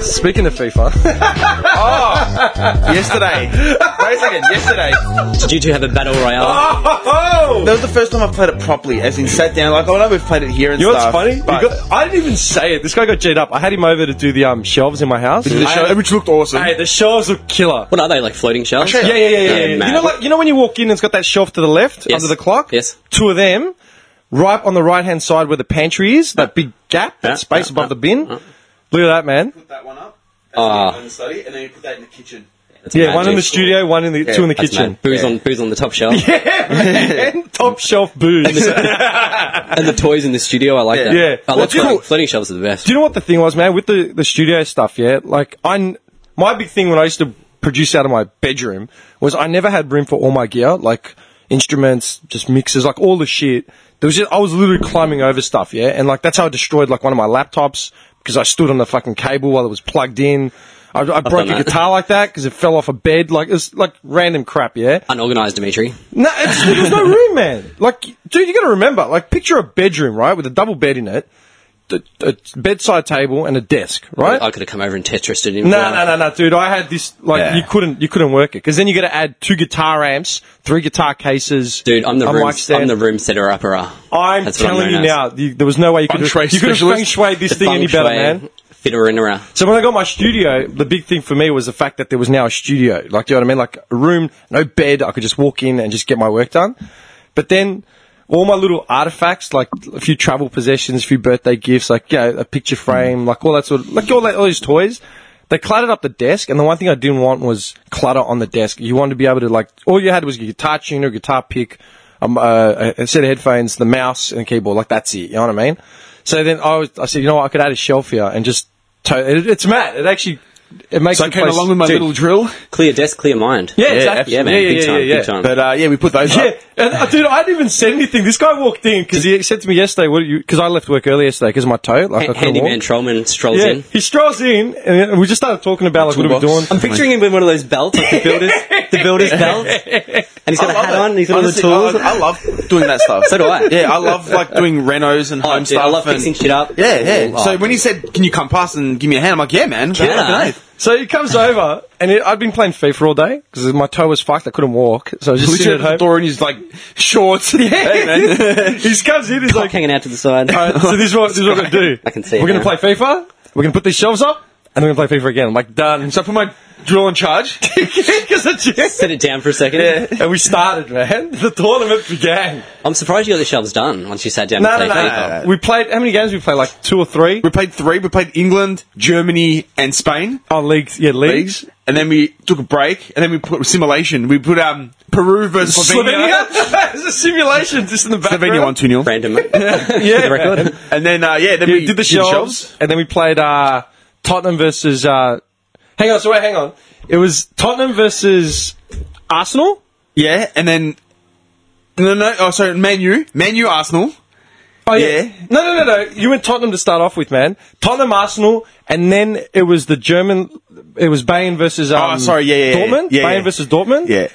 Speaking of FIFA, Oh, yesterday. Wait a second. Yesterday. Did you have a battle royale? Ah! That was the first time I played it properly, as in sat down. Like I know we've played it here and you know what's stuff. funny? You but- got- I didn't even say it. This guy got G'd up. I had him over to do the um, shelves in my house. The show- which looked awesome. Hey, the shelves look killer. What are they like? Floating shells? Yeah, yeah, yeah, yeah. yeah. mad. You know, like you know when you walk in, it's got that shelf to the left Yes. under the clock. Yes. two of them, right on the right hand side where the pantry is, that big gap, that Yeah, space yeah, above yeah, the bin. yeah. Look at that, man. Put that one up. Ah. in the study, and then you put that in the kitchen. That's Yeah, mad, one in dude. the studio, one in the two in the That's kitchen. mad. Booze on booze on the top shelf, and top shelf booze. Do and the toys in the studio. I like that. Yeah. I Well, love dude- floating, floating shelves are the best. you know what the thing was, man? With the the studio stuff, yeah. Like I, n- my big thing when I used to produce out of my bedroom was I never had room for all my gear, like instruments, just mixers, like all the shit. There was just I was literally climbing over stuff, yeah, and like that's how I destroyed like one of my laptops because I stood on the fucking cable while it was plugged in. I, I broke a done that. guitar like that because it fell off a bed. Like it's like random crap, yeah. Unorganized, Dimitri. No, it's, there was no room, man. Like, dude, you got to remember. Like, picture a bedroom, right, with a double bed in it, a, a bedside table, and a desk, right? I could have come over and Tetris it. in. no, no, no, no, dude. I had this. Like, Yeah. you couldn't, you couldn't work it because then you got to add two guitar amps, three guitar cases. Dude, I'm the a room. mic stand. I'm the room setter upper. I'm telling you now, you, there was no way you could Feng shui have, you could have feng specialist. shuied this thing any better, man. Fitter in around. So when I got my studio, the big thing for me was the fact that there was now a studio. Like, do you know what I mean? Like a room, no bed. I could just walk in and just get my work done. But then all my little artifacts, like a few travel possessions, a few birthday gifts, like, you know, a picture frame, like all that sort of, like all that, all these toys. They cluttered up the desk, and the one thing I didn't want was clutter on the desk. You wanted to be able to like, all you had was your guitar tuner, guitar pick, um, uh, a set of headphones, the mouse, and keyboard. Like that's it. You know what I mean? So then I, was, I said, you know what? I could add a shelf here and just. To- it, it's mad. It actually it makes. So I the came place- along with my Dude. little drill. Clear desk, clear mind. Yeah, exactly. Yeah, man. Yeah, yeah, big yeah, time. yeah, Big time. But uh, yeah, we put those. Yeah, up. and, uh, dude, I didn't even say anything. This guy walked in because he said to me yesterday, "What? Because I left work early yesterday because my toe, like I Ha- couldn't handyman walk." Trollman strolls Yeah, in. he strolls in, and we just started talking about like what are we doing. I'm picturing him with one of those belts, like the builders, the builders belt, and he's got a hat on, and he's got all the Honestly, tools. I, I love doing that stuff. So do I. Yeah, I love like doing renos and Oh, home dude, stuff. I love and- fixing shit up. Yeah, yeah. Oh, so when he said, "Can you come past and give me a hand?" I'm like, "Yeah, man." Yeah. So he comes over, and it, I'd been playing FIFA all day because my toe was fucked. I couldn't walk, so I was just Literally sitting at the at home. door and he's like shorts. Yeah. Hey, man. he comes in, he's cock like, hanging out to the side. All right, so this is what this is what we're gonna do. I can see it We're gonna now. play FIFA. We're gonna put these shelves up, and we're gonna play FIFA again. I'm like done. So I put my drill in charge. 'Cause it's just- Set it down for a second. and we started, man. The tournament began. I'm surprised you got the shelves done once you sat down No, and no, played no, FIFA. no. We played. How many games? We played like two or three. We played three. We played England, Germany, and Spain. Oh, leagues. Yeah, leagues. leagues, and then we took a break, and then we put simulation. We put um Peru versus Slovenia. Slovenia. it's a simulation just in the background. Slovenia won two 0 Random. yeah. The record. and then uh, yeah, then Yeah, we did the shelves, and then we played uh, Tottenham versus. Uh, hang on, so wait, hang on. It was Tottenham versus Arsenal. Yeah, and then no, no, oh sorry, Man U, Man U, Arsenal. Oh yeah. No, no, no, no. You went Tottenham to start off with, man. Tottenham, Arsenal, and then it was the German. It was Bayern versus. Um, Oh, sorry, yeah, yeah, yeah. Dortmund. Yeah, Bayern yeah. versus Dortmund. Yeah,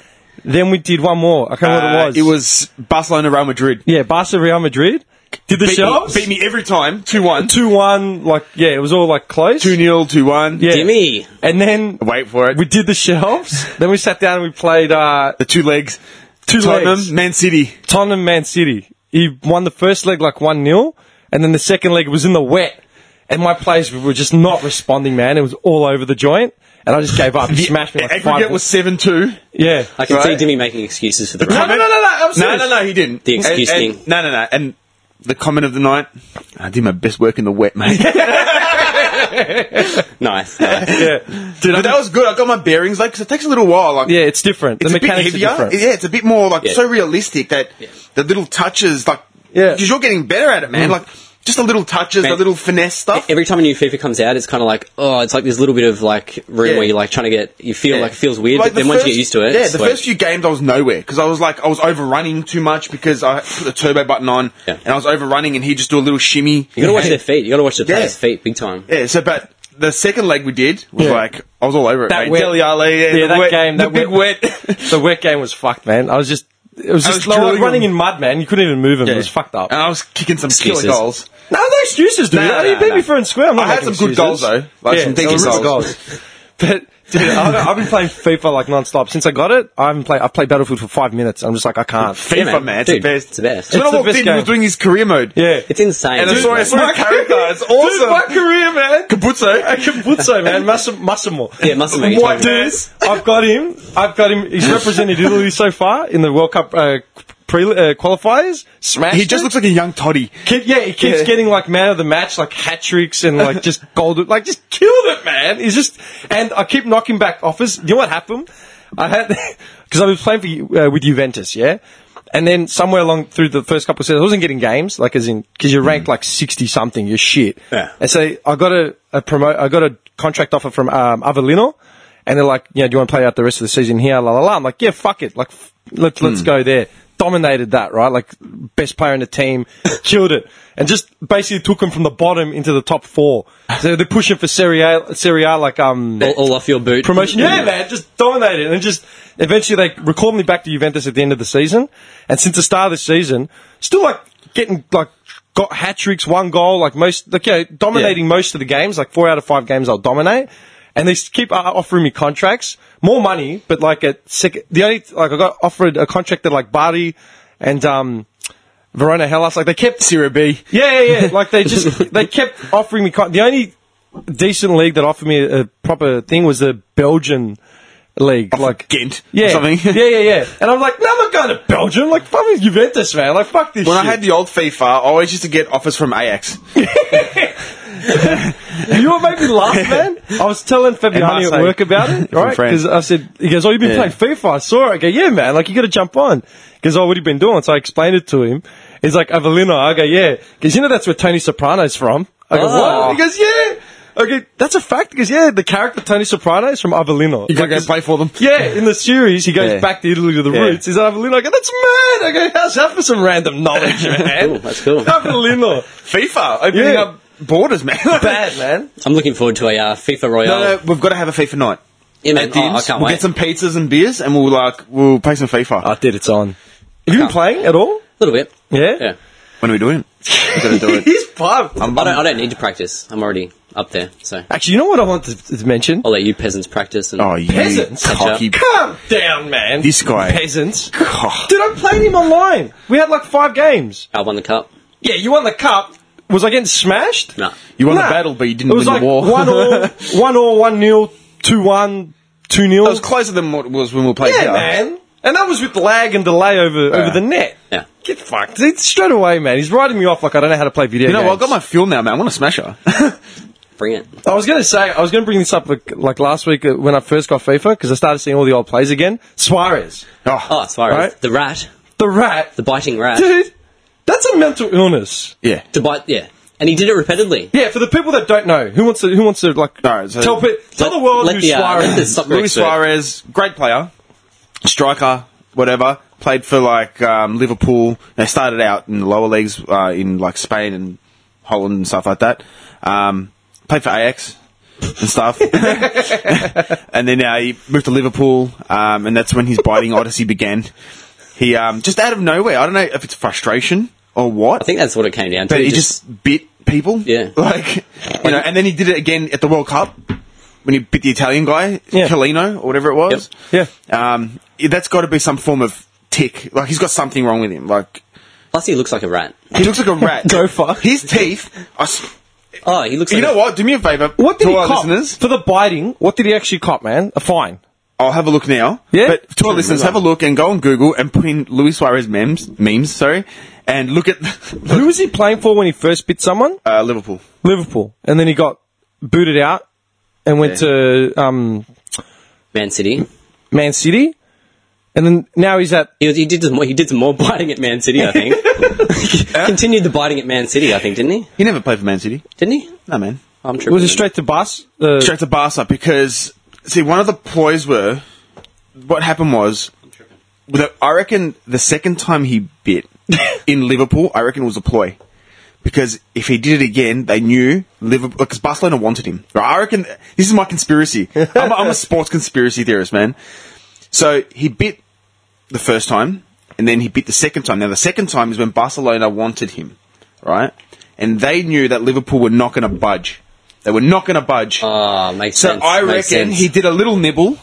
Then we did one more. I can't remember Uh, what it was Barcelona, Real Madrid. Yeah, Barca, Real Madrid. Did the beat, shelves beat me every time, two one, two two one? Like yeah, it was all like close. two nil, two one. Yeah. Gimme. And then wait for it. we did the shelves. then we sat down and we played uh, the two legs, two Tottenham, legs. Man City. Tottenham Man City. He won the first leg like 1 0, and then the second leg was in the wet. And my players were just not responding, man. It was all over the joint. And I just gave up. He smashed me like Aggregate five. was seven two. yeah. I can see Right. Jimmy making excuses for the No, run. no, no, no, no. I'm No, serious. no, no, he didn't. The excuse And- and- thing. No, no, no. And the comment of the night, I did my best work in the wet, mate. Nice. nice. Yeah. Dude, but that was good. I got my bearings, like, 'cause it takes a little while. Like, yeah, it's different. The it's a bit mechanics are heavier. different. Yeah, it's a bit more, like, Yeah. so realistic that the little touches, like, Yeah. Mm. because you're getting better at it, man. Like, just the little touches, the Man. little finesse stuff. Every time a new FIFA comes out, it's kind of like, oh, it's like this little bit of like room Yeah. where you're like trying to get, you feel Yeah. like it feels weird, Like, but the then once you first- get used to it, yeah. it's The sweet. first few games, I was nowhere because I was like, I was overrunning too much because I put the turbo button on Yeah. and I was overrunning, and he just do a little shimmy. you gotta watch their feet. You gotta watch the Yeah. players' feet big time. Yeah, so but the second leg we did was Yeah. like I was all over it. That mate. wet- Dele Alli, yeah, Yeah, the that wet- game, the that big wet. the wet game was fucked, man. I was just It was I just was like drilling running him. in mud, man. You couldn't even move him. Yeah. It was fucked up. And I was kicking some killer Excuses. goals. No, no excuses, dude. No, I no, mean, beat no. me fair and square. I'm not I had making some good excuses. goals, though. Like, some there were decent real goals. But dude, I've, I've been playing FIFA like non-stop since I got it. I haven't played. I've played Battlefield for five minutes. I'm just like I can't. FIFA, man. It's Dude, the best. it's the best. So when It's I the walked best in, he was game. doing his career mode. Yeah, It's insane. And I dude. saw, I saw my- his character. It's awesome. Dude, my career, man. Kabutso. Kabutso, man. Massimo. Massimo. Yeah, Massimo, you What told me. dude? I've got him. I've got him. He's represented Italy so far in the World Cup uh, pre uh, qualifiers. Smash. He just looks like a young toddy. Kid, yeah, he keeps Yeah. getting like man of the match, like hat tricks and like just gold, like just killed it, man. He's just, and I keep knocking back offers. You know what happened? I had because I was playing for, uh, with Juventus, yeah, and then somewhere along through the first couple of seasons, I wasn't getting games, like as in because you're ranked like sixty something, you're shit. Yeah. And so I got a, a promote, I got a contract offer from um, Avellino, and they're like, you know, do you want to play out the rest of the season here? La la la. I'm like, yeah, fuck it. Like, f- let's let's go there. Dominated that, right? Like, best player in the team, killed it, and just basically took them from the bottom into the top four. So they're pushing for Serie A, Serie A like um all, all off your boot. promotion. Yeah, man, just dominated, and just eventually they recalled me back to Juventus at the end of the season, and since the start of the season, still like getting like got hat tricks, one goal, like most, like yeah, dominating most of the games, like four out of five games I'll dominate, and they s- keep uh, offering me contracts, more money, but like at second, the only like I got offered a contract at like Bari and um. Verona Hellas, like they kept Serie B. yeah, yeah, yeah. Like they just they kept offering me. Con- the only decent league that offered me a proper thing was the Belgian league, like Ghent. Yeah, Or something. yeah, yeah, yeah. And I'm like, no, I'm not going to Belgium. Like, fuck with Juventus, man. Like, fuck this. When I shit. had the old FIFA, I always used to get offers from Ajax. You know what made me laugh, man? I was telling Fabiani at Marseille. work about it, right? France. Because I said, he goes, oh, you've been Yeah. playing FIFA. I saw it. I go, yeah, man. Like, you got to jump on. He goes, oh, what have you been doing? So I explained it to him. He's like, Avellino. I go, yeah. Because you know that's where Tony Soprano's from. I go, Oh. what? He goes, yeah. Okay, that's a fact because yeah, the character Tony Soprano is from Avellino. You gotta go play for them. Yeah, in the series, he goes Yeah. back to Italy to the Yeah. roots. He's Avellino. I go, that's mad. I go, how's that for some random knowledge, man? Cool, that's cool. Avellino, FIFA opening Yeah. up borders, man. bad man. I'm looking forward to a uh, FIFA Royale. No, no, we've got to have a FIFA night. Yeah, man. At Oh, the I inns. can't we'll wait. get some pizzas and beers, and we'll like we'll play some FIFA. I did. It's on. Have you been playing at all? A little bit. Yeah? Yeah. when are we doing it? We're gonna do it. He's pumped. I don't, I don't need to practice. I'm already up there, so Actually, you know what I want to, to mention? I'll let you peasants practice. And Oh, you Peasants. cocky. Calm down, man. This guy. Peasants. cock. Dude, I played him online. We had like five games. I won the cup. Yeah, you won the cup. Was I getting smashed? No. You won Nah. the battle, but you didn't It was win like the war. one all, one all, one nil, two one, two nil. It was closer than what it was when we played yeah, here. man. And that was with lag and delay over over the net. Yeah. Get fucked. It's straight away, man. He's writing me off like I don't know how to play video You know, what? games. I've got my fuel now, man. I want to smash her. Bring it. I was going to say, I was going to bring this up like, like last week uh, when I first got FIFA because I started seeing all the old plays again. Suarez, Oh, Uh, as far as Right. the rat, the rat, the biting rat, dude, that's a mental illness. yeah. the bite. Yeah, and he did it repeatedly. Yeah, for the people that don't know, who wants to, who wants to like No, so- tell, pe- tell the world who the, uh, Suarez let the is. soccer Luis expert- Suarez, great player, striker, whatever. Played for like um, Liverpool. They started out in the lower leagues uh, in like Spain and Holland and stuff like that. Um, played for AX and stuff, and then uh, he moved to Liverpool, um, and that's when his biting odyssey began. He um, just out of nowhere. I don't know if it's frustration or what. I think that's what it came down to. But he just, bit people. Yeah. Like, you know, and then he did it again at the World Cup when he bit the Italian guy, Yeah. Calino, or whatever it was. Yep. Um, yeah, that's got to be some form of tick. Like, he's got something wrong with him. Like, plus he looks like a rat. he looks like a rat. Go fuck. His teeth are. s- Oh, he looks. You like know a, what? Do me a favour. What did to he our cop listeners, for the biting? What did he actually cop, man? A fine. I'll have a look now. Yeah? But to our listeners, have a look and go on Google and put in Luis Suarez memes, memes, sorry, and look at Who was he playing for when he first bit someone? uh, Liverpool. Liverpool, and then he got booted out and went to um, Man City. Man City, and then now he's at He, was- he did some more, he did some more biting at Man City, I think. Continued the biting at Man City, I think, didn't he? He never played for Man City. Didn't he? No, man. I'm tripping. was it straight to bus? Uh, straight to Barca because see one of the ploys were what happened was the, I reckon the second time he bit in Liverpool I reckon it was a ploy because if he did it again they knew Liverpool because Barcelona wanted him right I reckon this is my conspiracy I'm a, I'm a sports conspiracy theorist man so he bit the first time and then he bit the second time. Now the second time is when Barcelona wanted him, right? And they knew that Liverpool were not going to budge. They were not going to budge. Ah, makes so sense. I reckon makes sense. he did a little nibble,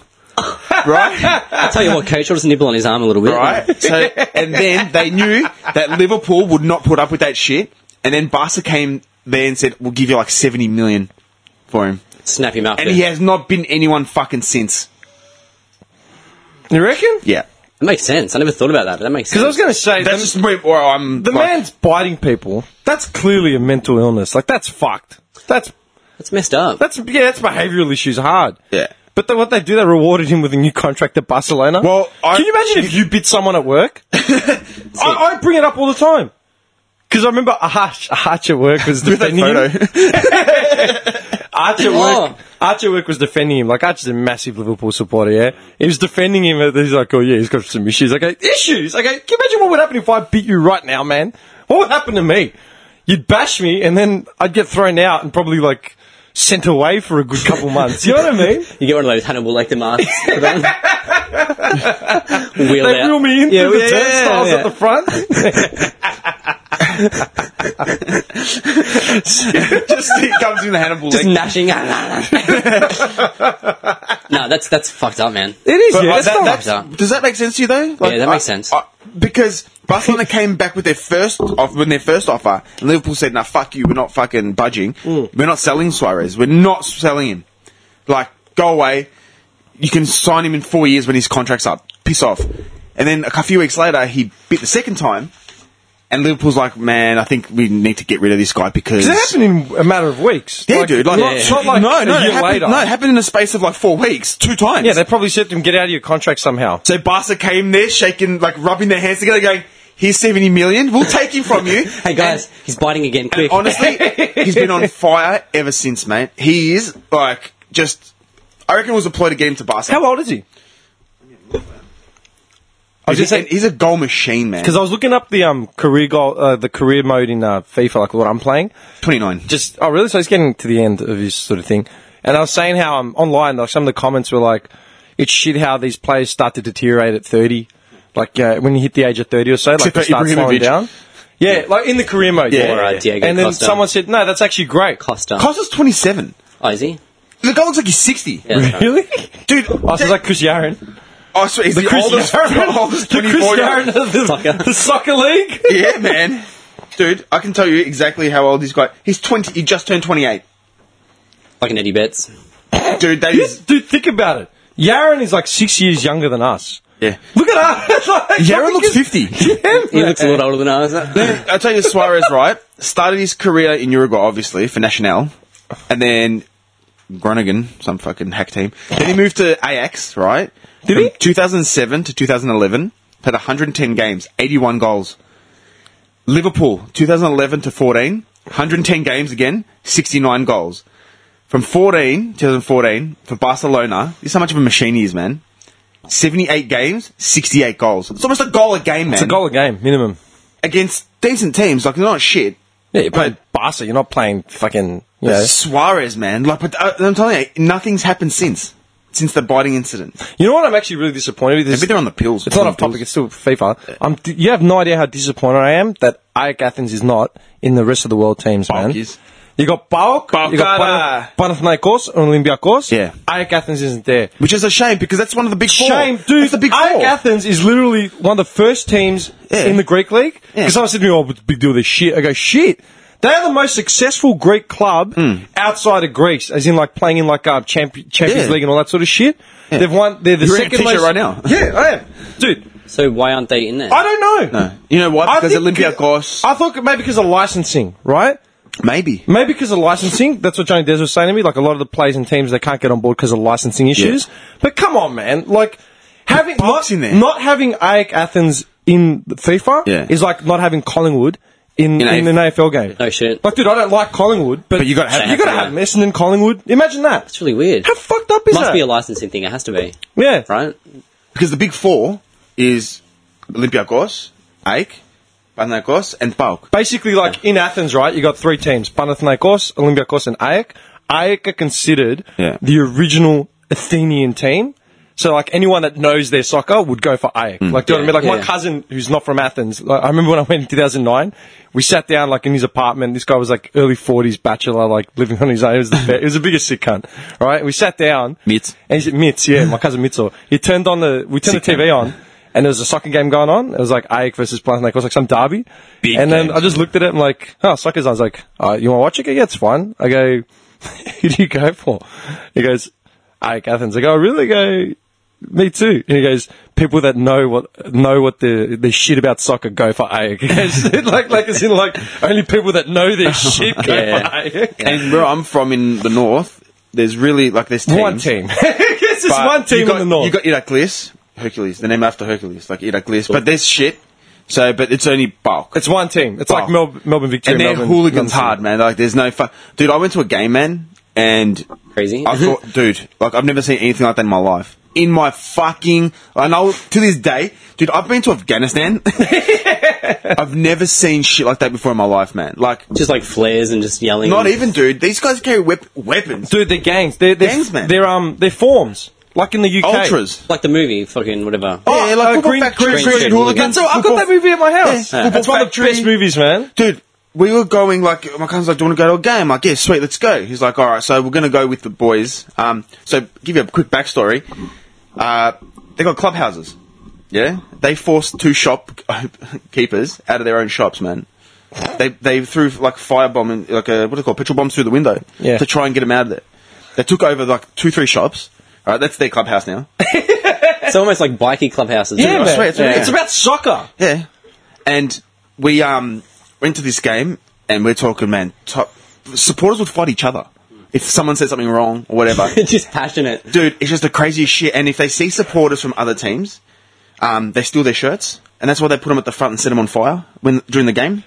right? I'll tell you what, Coach, I'll just nibble on his arm a little bit. right? So, and then they knew that Liverpool would not put up with that shit. And then Barca came there and said, "We'll give you like seventy million for him." Snap him up. And then. he has not been anyone fucking since. You reckon? Yeah, That makes sense. I never thought about that. That makes Because I sense. was going to say that's the, just where where I'm. the like- man's biting people. That's clearly a mental illness. Like that's fucked. That's That's messed up. that's yeah. That's behavioural issues hard. Yeah. But then what they do, they rewarded him with a new contract at Barcelona. Well, I- can you imagine if you bit someone at work? I, I bring it up all the time because I remember Arch, Arch at work was defending him. Arch at Oh. work. Arch at work was defending him. Like Arch is a massive Liverpool supporter. Yeah, he was defending him. and He's like, oh yeah, he's got some issues. I go, issues. I go, can you imagine what would happen if I beat you right now, man? What would happen to me? You'd bash me, and then I'd get thrown out and probably like sent away for a good couple months. You know what I mean? You get one of those Hannibal Lecter masks. Put on. Wheel They out. reel me in Yeah, through yeah, the yeah, turnstiles yeah. at the front. just he comes in the Hannibal. Just leg. gnashing. no, that's that's fucked up, man. it is. But, yeah, uh, that's that- not- that's- fucked up. does that make sense to you though? Like, that I- makes sense. I- because Barcelona came back with their first off when their first offer, and Liverpool said, "Nah, fuck you. We're not fucking budging. Mm. We're not selling Suarez. We're not selling him. Like, go away. You can sign him in four years when his contract's up. Piss off." And then a few weeks later, he bit the second time, and Liverpool's like, "Man, I think we need to get rid of this guy because." It happened in a matter of weeks. yeah, dude. Like, not, not- not like no, no, a year it happened, later. no, it happened in a space of like four weeks, two times. yeah, they probably said to him, "Get out of your contract somehow." So Barca came there, shaking, like rubbing their hands together, going, "Here's seventy million. We'll take him from you." Hey guys, he's biting again. Quick. Honestly, he's been on fire ever since, mate. He is like just. I reckon it was a ploy to get him to Barca. How old is he? I was he's, just a, saying he's a goal machine, man. because I was looking up the um career goal, uh, the career mode in uh, FIFA, like what I'm playing. Twenty nine. Just oh really? So he's getting to the end of his sort of thing, and I was saying how um, online, like some of the comments were like, "It's shit how these players start to deteriorate at 30, like uh, when you hit the age of 30 or so, like Except they for start slowing Ibrahimovic. down." Yeah, like in the career mode. Yeah, yeah. Or, uh, Diego and then Costa. someone said, "No, that's actually great." Costa. Costa's twenty seven. oh, is he? The guy looks like he's sixty, Yeah, that's right. Really? dude. Oh, so it's like Chris Yaron. I swear, he's the, Chris oldest, Yaron. the oldest The twenty Chris four Yaron year old. of the Soccer. the soccer league. Yeah, man, dude. I can tell you exactly how old he's got. He's twenty. He just turned twenty eight, Like an Eddie Betts. dude. That This- is dude, think about it. Yaron is like six years younger than us. yeah. Look at us. like, Yaron looks because- fifty. He looks a lot older than us. I tell you, Suarez, right? Started his career in Uruguay, obviously, for Nacional. And then Groningen, some fucking hack team. Then he moved to Ajax, right? Did From he? 2007 to 2011. Played 110 games, 81 goals. Liverpool, 2011 to 14. 110 games again, 69 goals. From 14, 2014, for Barcelona, this is how much of a machine he is, man. 78 games, 68 goals. It's almost a goal a game, man It's a goal a game, minimum. against decent teams, like they're not shit. Yeah, you play Barca, you're not playing fucking, you know. Suarez, man, like, but uh, I'm telling you, nothing's happened since since the biting incident. You know what I'm actually really disappointed with? Is Maybe they're on the pills. It's not off topic, it's still FIFA. I'm, you have no idea how disappointed I am that Ajax Athens is not in the rest of the world teams, man. is. You got Pauk, Paukara. you got Panath- Panathinaikos and Olympiacos. Yeah. Ajax Athens isn't there. Which is a shame because that's one of the big four. Shame, dude. That's the big four. Ajax Athens is literally one of the first teams Yeah. in the Greek league. Yeah. Because I said to me, "Oh, what's the big deal with this shit." I go, "Shit." They are the most successful Greek club Hmm. outside of Greece, as in like playing in like uh, champ- Champions Yeah. League and all that sort of shit. They've won. They're the You're in a second t-shirt most right now. Yeah, I am, dude. So why aren't they in there? I don't know. No. You know why? I Because think- Olympiacos. I thought maybe because of licensing, right? maybe. Maybe because of licensing. That's what Johnny Des was saying to me. Like a lot of the players and teams, they can't get on board because of licensing issues. But come on, man! Like having Park's not, in there. not having AEK Athens in the FIFA Yeah. is like not having Collingwood in, In in, A- an AFL game. No shit. Like, dude, I don't like Collingwood, but, But you gotta have- you gotta Yeah. have Essendon, Collingwood. Imagine that. It's really weird. How fucked up is Must that? be a licensing thing. It has to be, yeah, right? Because the big four is Olympiacos, Ike, Panathinaikos, and Pauk. Basically, like in Athens, right? You got three teams: Panathinaikos, Olympiacos, and AEK. AEK are considered Yeah. the original Athenian team. So like anyone that knows their soccer would go for Ajax. Mm. Like do you know what I mean? Like Yeah. my cousin who's not from Athens. Like, I remember when I went in 2009, we sat down like in his apartment. This guy was like early 40s bachelor, like living on his own. It was the, be- it was the biggest sick cunt. All right, we sat down. Mitz. And he said, Mitz, yeah, my cousin Mitzo. He turned on the we turned the TV on. And there was a soccer game going on. It was like Ajax versus Panathinaikos, like some derby. Big and then games. I just looked at it. I'm like, oh, soccer's. on." I was like, uh, you want to watch it? Yeah, it's fun. I go, who do you go for? He goes, Ajax Athens. I go, oh, really? I go, me too. And he goes, people that know what know what the the shit about soccer go for Ajax. He goes, like like it's in like only people that know their shit go for Yeah. Ajax. And where I'm from in the north, there's really like there's teams. One team. it's just but one team you got, in the north. You got Iraklis, Hercules. The name after Hercules, like Iraklis. But there's shit. So, but it's only bulk. It's one team. It's like Oh. Mel- Melbourne Victoria. and they're Melbourne, hooligans Melbourne hard, man. Like there's no fun. Dude, I went to a game, man, and Crazy. I thought, dude, like I've never seen anything like that in my life. In my fucking, and I'll to this day, dude, I've been to Afghanistan. I've never seen shit like that before in my life, man. Like, Just like flares and just yelling. not even, dude. These guys carry wep- weapons. Dude, they're gangs. They're, they're Gangs, man. They're um they're forms like in the UK. Ultras. Like the movie, fucking whatever. Oh, yeah, like uh, football Green- factory, Green green Street hooligans. hooligans. So I got that movie. at my house. Yeah. It's one of the Factory. best movies, man. Dude, we were going like my cousin's like, "Do you want to go to a game?" Like, yeah, sweet, let's go. He's like, "All right, so we're gonna go with the boys." Um, so give you a quick backstory. Uh, they got clubhouses. Yeah, they forced two shop keepers out of their own shops, man. They they threw like firebomb and like a what do you call petrol bombs through the window Yeah. to try and get them out of there. They took over like two three shops. All right, that's their clubhouse now. It's almost like bikey clubhouses. Yeah, man. I swear, it's- yeah. It's about soccer. Yeah. And we um went to this game and we're talking, man, top supporters would fight each other. If someone said something wrong or whatever. just passionate. Dude, it's just the craziest shit. And if they see supporters from other teams, um, they steal their shirts. And that's why they put them at the front and set them on fire when during the game.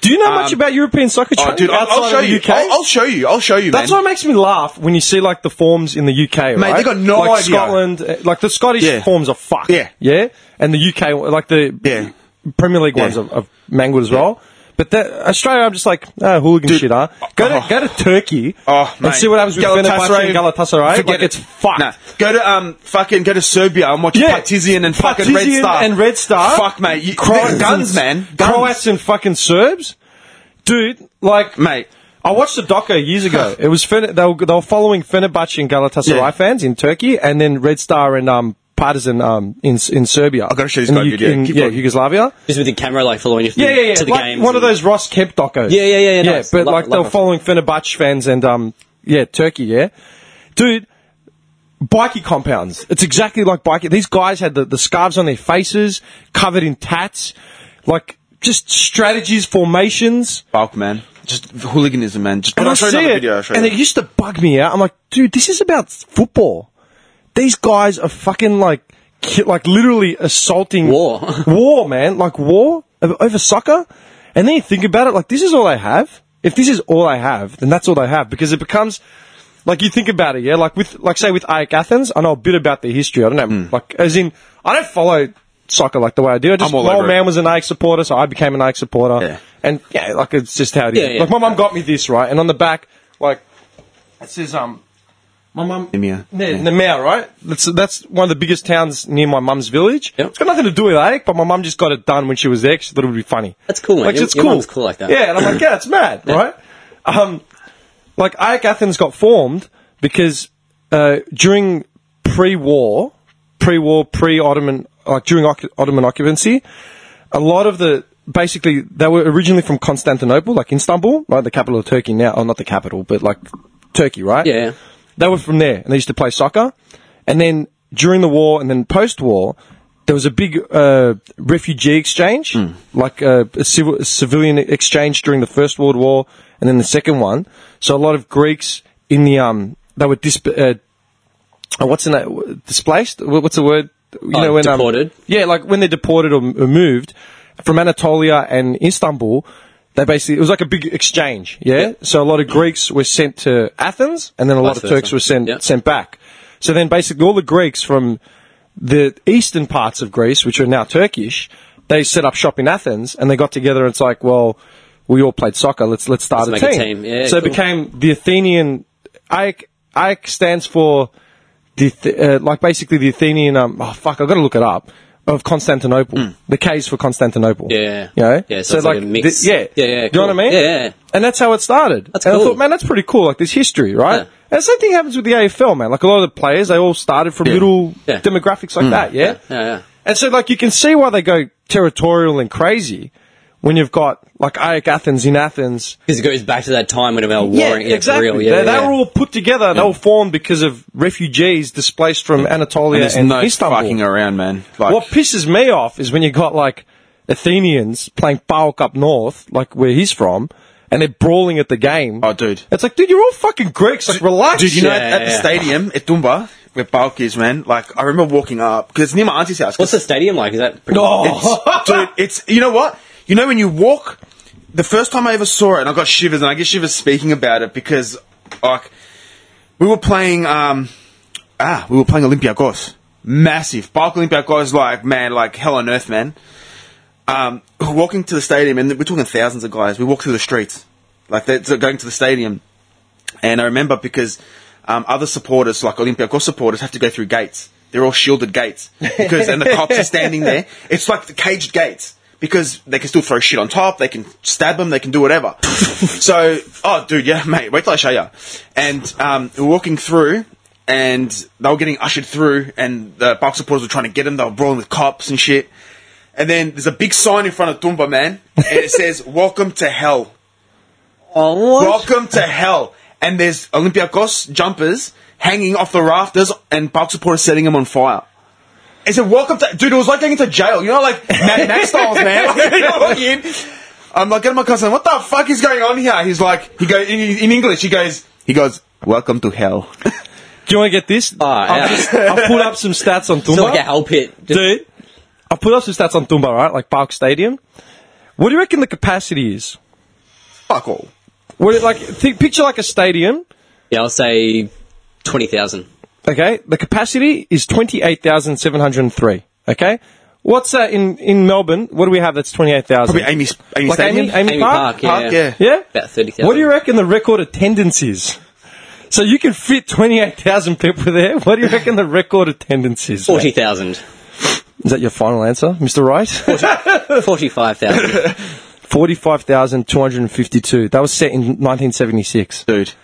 Do you know much about European soccer? Oh, training dude, I'll, I'll outside show of the you. UK? I'll, I'll show you. I'll show you, That's man. what makes me laugh when you see like the forms in the Mate, UK, right? they got no like idea. Scotland, uh, like the Scottish Yeah. forms are fucked. Yeah. yeah, and the UK, like the Yeah. Premier League ones Yeah. are, are mangled as well. But that, Australia, I'm just like, oh, hooligan shit, huh? Go to oh. go to Turkey Oh, and see what happens with Fenerbahce and Galatasaray. Forget like, it. it's fucked. Nah. Go to um fucking go to Serbia and watch Yeah. Partizan and fucking Red Partizan Star and Red Star. Fuck, mate, you, Croats guns, and- man, guns. Croats and fucking Serbs, dude. Like, Mate. I watched the doco years ago. it was Fener- they, were, they were following Fenerbahce and Galatasaray Yeah. fans in Turkey, and then Red Star and um, Partizan um, in in Serbia. I gotta show this in guy a Yu- video. in- Keep yeah, going. Yugoslavia. Just with the camera like following you to, Yeah, yeah, yeah. to the like games. one of those Ross Kemp docos. Yeah, yeah, yeah, yeah, Yeah, nice. but Lo- like they love were it. following Fenerbahce fans and um, yeah, Turkey. Yeah, dude. Bikey compounds. It's exactly like bikey. These guys had the, the scarves on their faces, covered in tats, like just strategies, formations. bulk, man. Just hooliganism, man. Just, And I'll I show you see another it, video. I'll show and you. it used to bug me out. I'm like, dude, this is about football. These guys are fucking like, ki- like literally assaulting War. war, man, like war over, over soccer. And then you think about it, like this is all I have. If this is all I have, then that's all I have because it becomes. Like you think about it, yeah. Like with, like say with Ajax Athens, I know a bit about their history. I don't know, like as in, I don't follow soccer like the way I do. I just Hmm. I'm all my over old it. man was an Ajax supporter, so I became an Ajax supporter. Yeah. And yeah, like it's just how it is. Yeah, yeah. Like my mum got me this right, and on the back, like it says, um, my mum. Nemea. Ne- Yeah. Nemea, right? That's that's one of the biggest towns near my mum's village. Yep. It's got nothing to do with Ajax, but my mum just got it done when she was there. 'cause She thought it would be funny. That's cool, man. Like Your- it's your cool. mum's cool like that. Yeah, and I'm like, yeah, it's mad, right? Um, like Ajax Athens got formed because uh, during pre-war, pre-war, pre-Ottoman, like during Oc- Ottoman occupancy, a lot of the basically they were originally from Constantinople, like Istanbul, right, the capital of Turkey now, or not the capital, but like Turkey, right? Yeah, yeah. They were from there, and they used to play soccer. And then during the war, and then post-war, there was a big uh, refugee exchange, Hmm. like uh, a, civil, a civilian exchange during the First World War, and then the second one. So a lot of Greeks in the um, they were disp- uh, uh, what's the name? Displaced? Wh- What's the word? You Oh, um, deported? yeah, like when they're deported or, or moved from Anatolia and Istanbul, they basically it was like a big exchange. Yeah, so a lot of Greeks were sent to Athens, and then a lot of versa. Turks were sent Yeah. sent back. So then basically all the Greeks from the eastern parts of Greece, which are now Turkish, they set up shop in Athens, and they got together. and It's like, well, we all played soccer. Let's let's start Let's a make a team. team. Yeah, so it cool. became the Athenian. Ike Ike stands for the, Ath- uh, like basically the Athenian. Um, oh fuck, I've got to look it up. Of Constantinople, the case for Constantinople. Mm. Yeah. you know, Yeah, so it's like a mix. the- yeah, Yeah, Do yeah, you know what I cool. mean? Yeah, yeah. And that's how it started. That's and cool. I thought, man, that's pretty cool. Like there's history, right? Yeah. And the same thing happens with the AFL, man. Like a lot of the players, they all started from little Yeah. Mm. demographics like that. Yeah? Yeah, yeah. And so, like, you can see why they go territorial and crazy when you've got like Ayak Athens in Athens. Because it goes back to that time when they were warring. Yeah, exactly. For real. Yeah, they, they yeah. were all put together. They were formed because of refugees displaced from Anatolia There's and, no Istanbul. fucking around, man. Like, What pisses me off is when you got like Athenians playing Pauk up north, like where he's from, and they're brawling at the game. Oh, dude. It's like, dude, you're all fucking Greeks. Like, relax. Dude, you know, Yeah, at, at the yeah. stadium at Dumba, where Bulk is, man, like, I remember walking up, because near my auntie's house. 'cause What's the stadium like? Is that pretty It's, dude, it's you know what? You know when you walk, the first time I ever saw it, and I got shivers, and I get shivers speaking about it because, like, we were playing, um, ah, we were playing Olympiacos, massive. Bulk Olympiacos, like man, like hell on earth, man. Um, we're walking to the stadium, and we're talking thousands of guys. We walk through the streets, like they're they're going to the stadium, and I remember because. Um, other supporters, like Olympiacos supporters, have to go through gates. They're all shielded gates because, and the cops are standing there. It's like the caged gates because they can still throw shit on top. They can stab them. They can do whatever. so, oh, dude, yeah, mate, wait till I show you. And um, we're walking through, and they were getting ushered through, and the Buck supporters were trying to get them. They were brawling with cops and shit. And then there's a big sign in front of Dumba, man, and it says "Welcome to Hell." Oh, what? Welcome to hell. And there's Olympiacos jumpers hanging off the rafters and Park supporters setting them on fire. It's a welcome to dude. It was like going into jail. You know, like Mad Max styles, man. Like, you walk in. I'm like, get my cousin. What the fuck is going on here? He's like, he goes in, in English. He goes, he goes, welcome to hell. Do you want to get this? Ah, I've, yeah. just, I've put up some stats on It's Tumba. not like a hell pit. Just- Dude, I put up some stats on Tumba, right? Like Park Stadium. What do you reckon the capacity is? Fuck all. What it, like th- picture like a stadium, Yeah, I'll say 20,000. okay? The capacity is 28,703, okay? What's that in, in Melbourne? What do we have that's 28,000? Probably Amy, Amy Like Stadium. Amy- Amy- Amy Park? Park, yeah. Park, yeah. Yeah? About 30,000. What do you reckon the record attendance is? So you can fit 28,000 people there. What do you reckon the record attendance is? mate? 40,000. Is that your final answer, Mr. Wright? 45,000. 45,252. That was set in 1976. dude.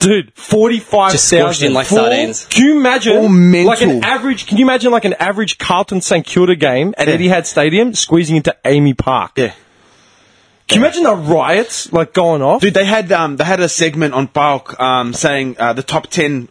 Dude, forty-five Just squashed in like Full- sardines. Can you imagine? All mental. Like an average. Can you imagine like an average Carlton St Kilda game at Yeah. Etihad Stadium squeezing into Amy Park? Yeah. Can you imagine the riots like going off? Dude, they had um, they had a segment on Bulk um, saying uh, the top ten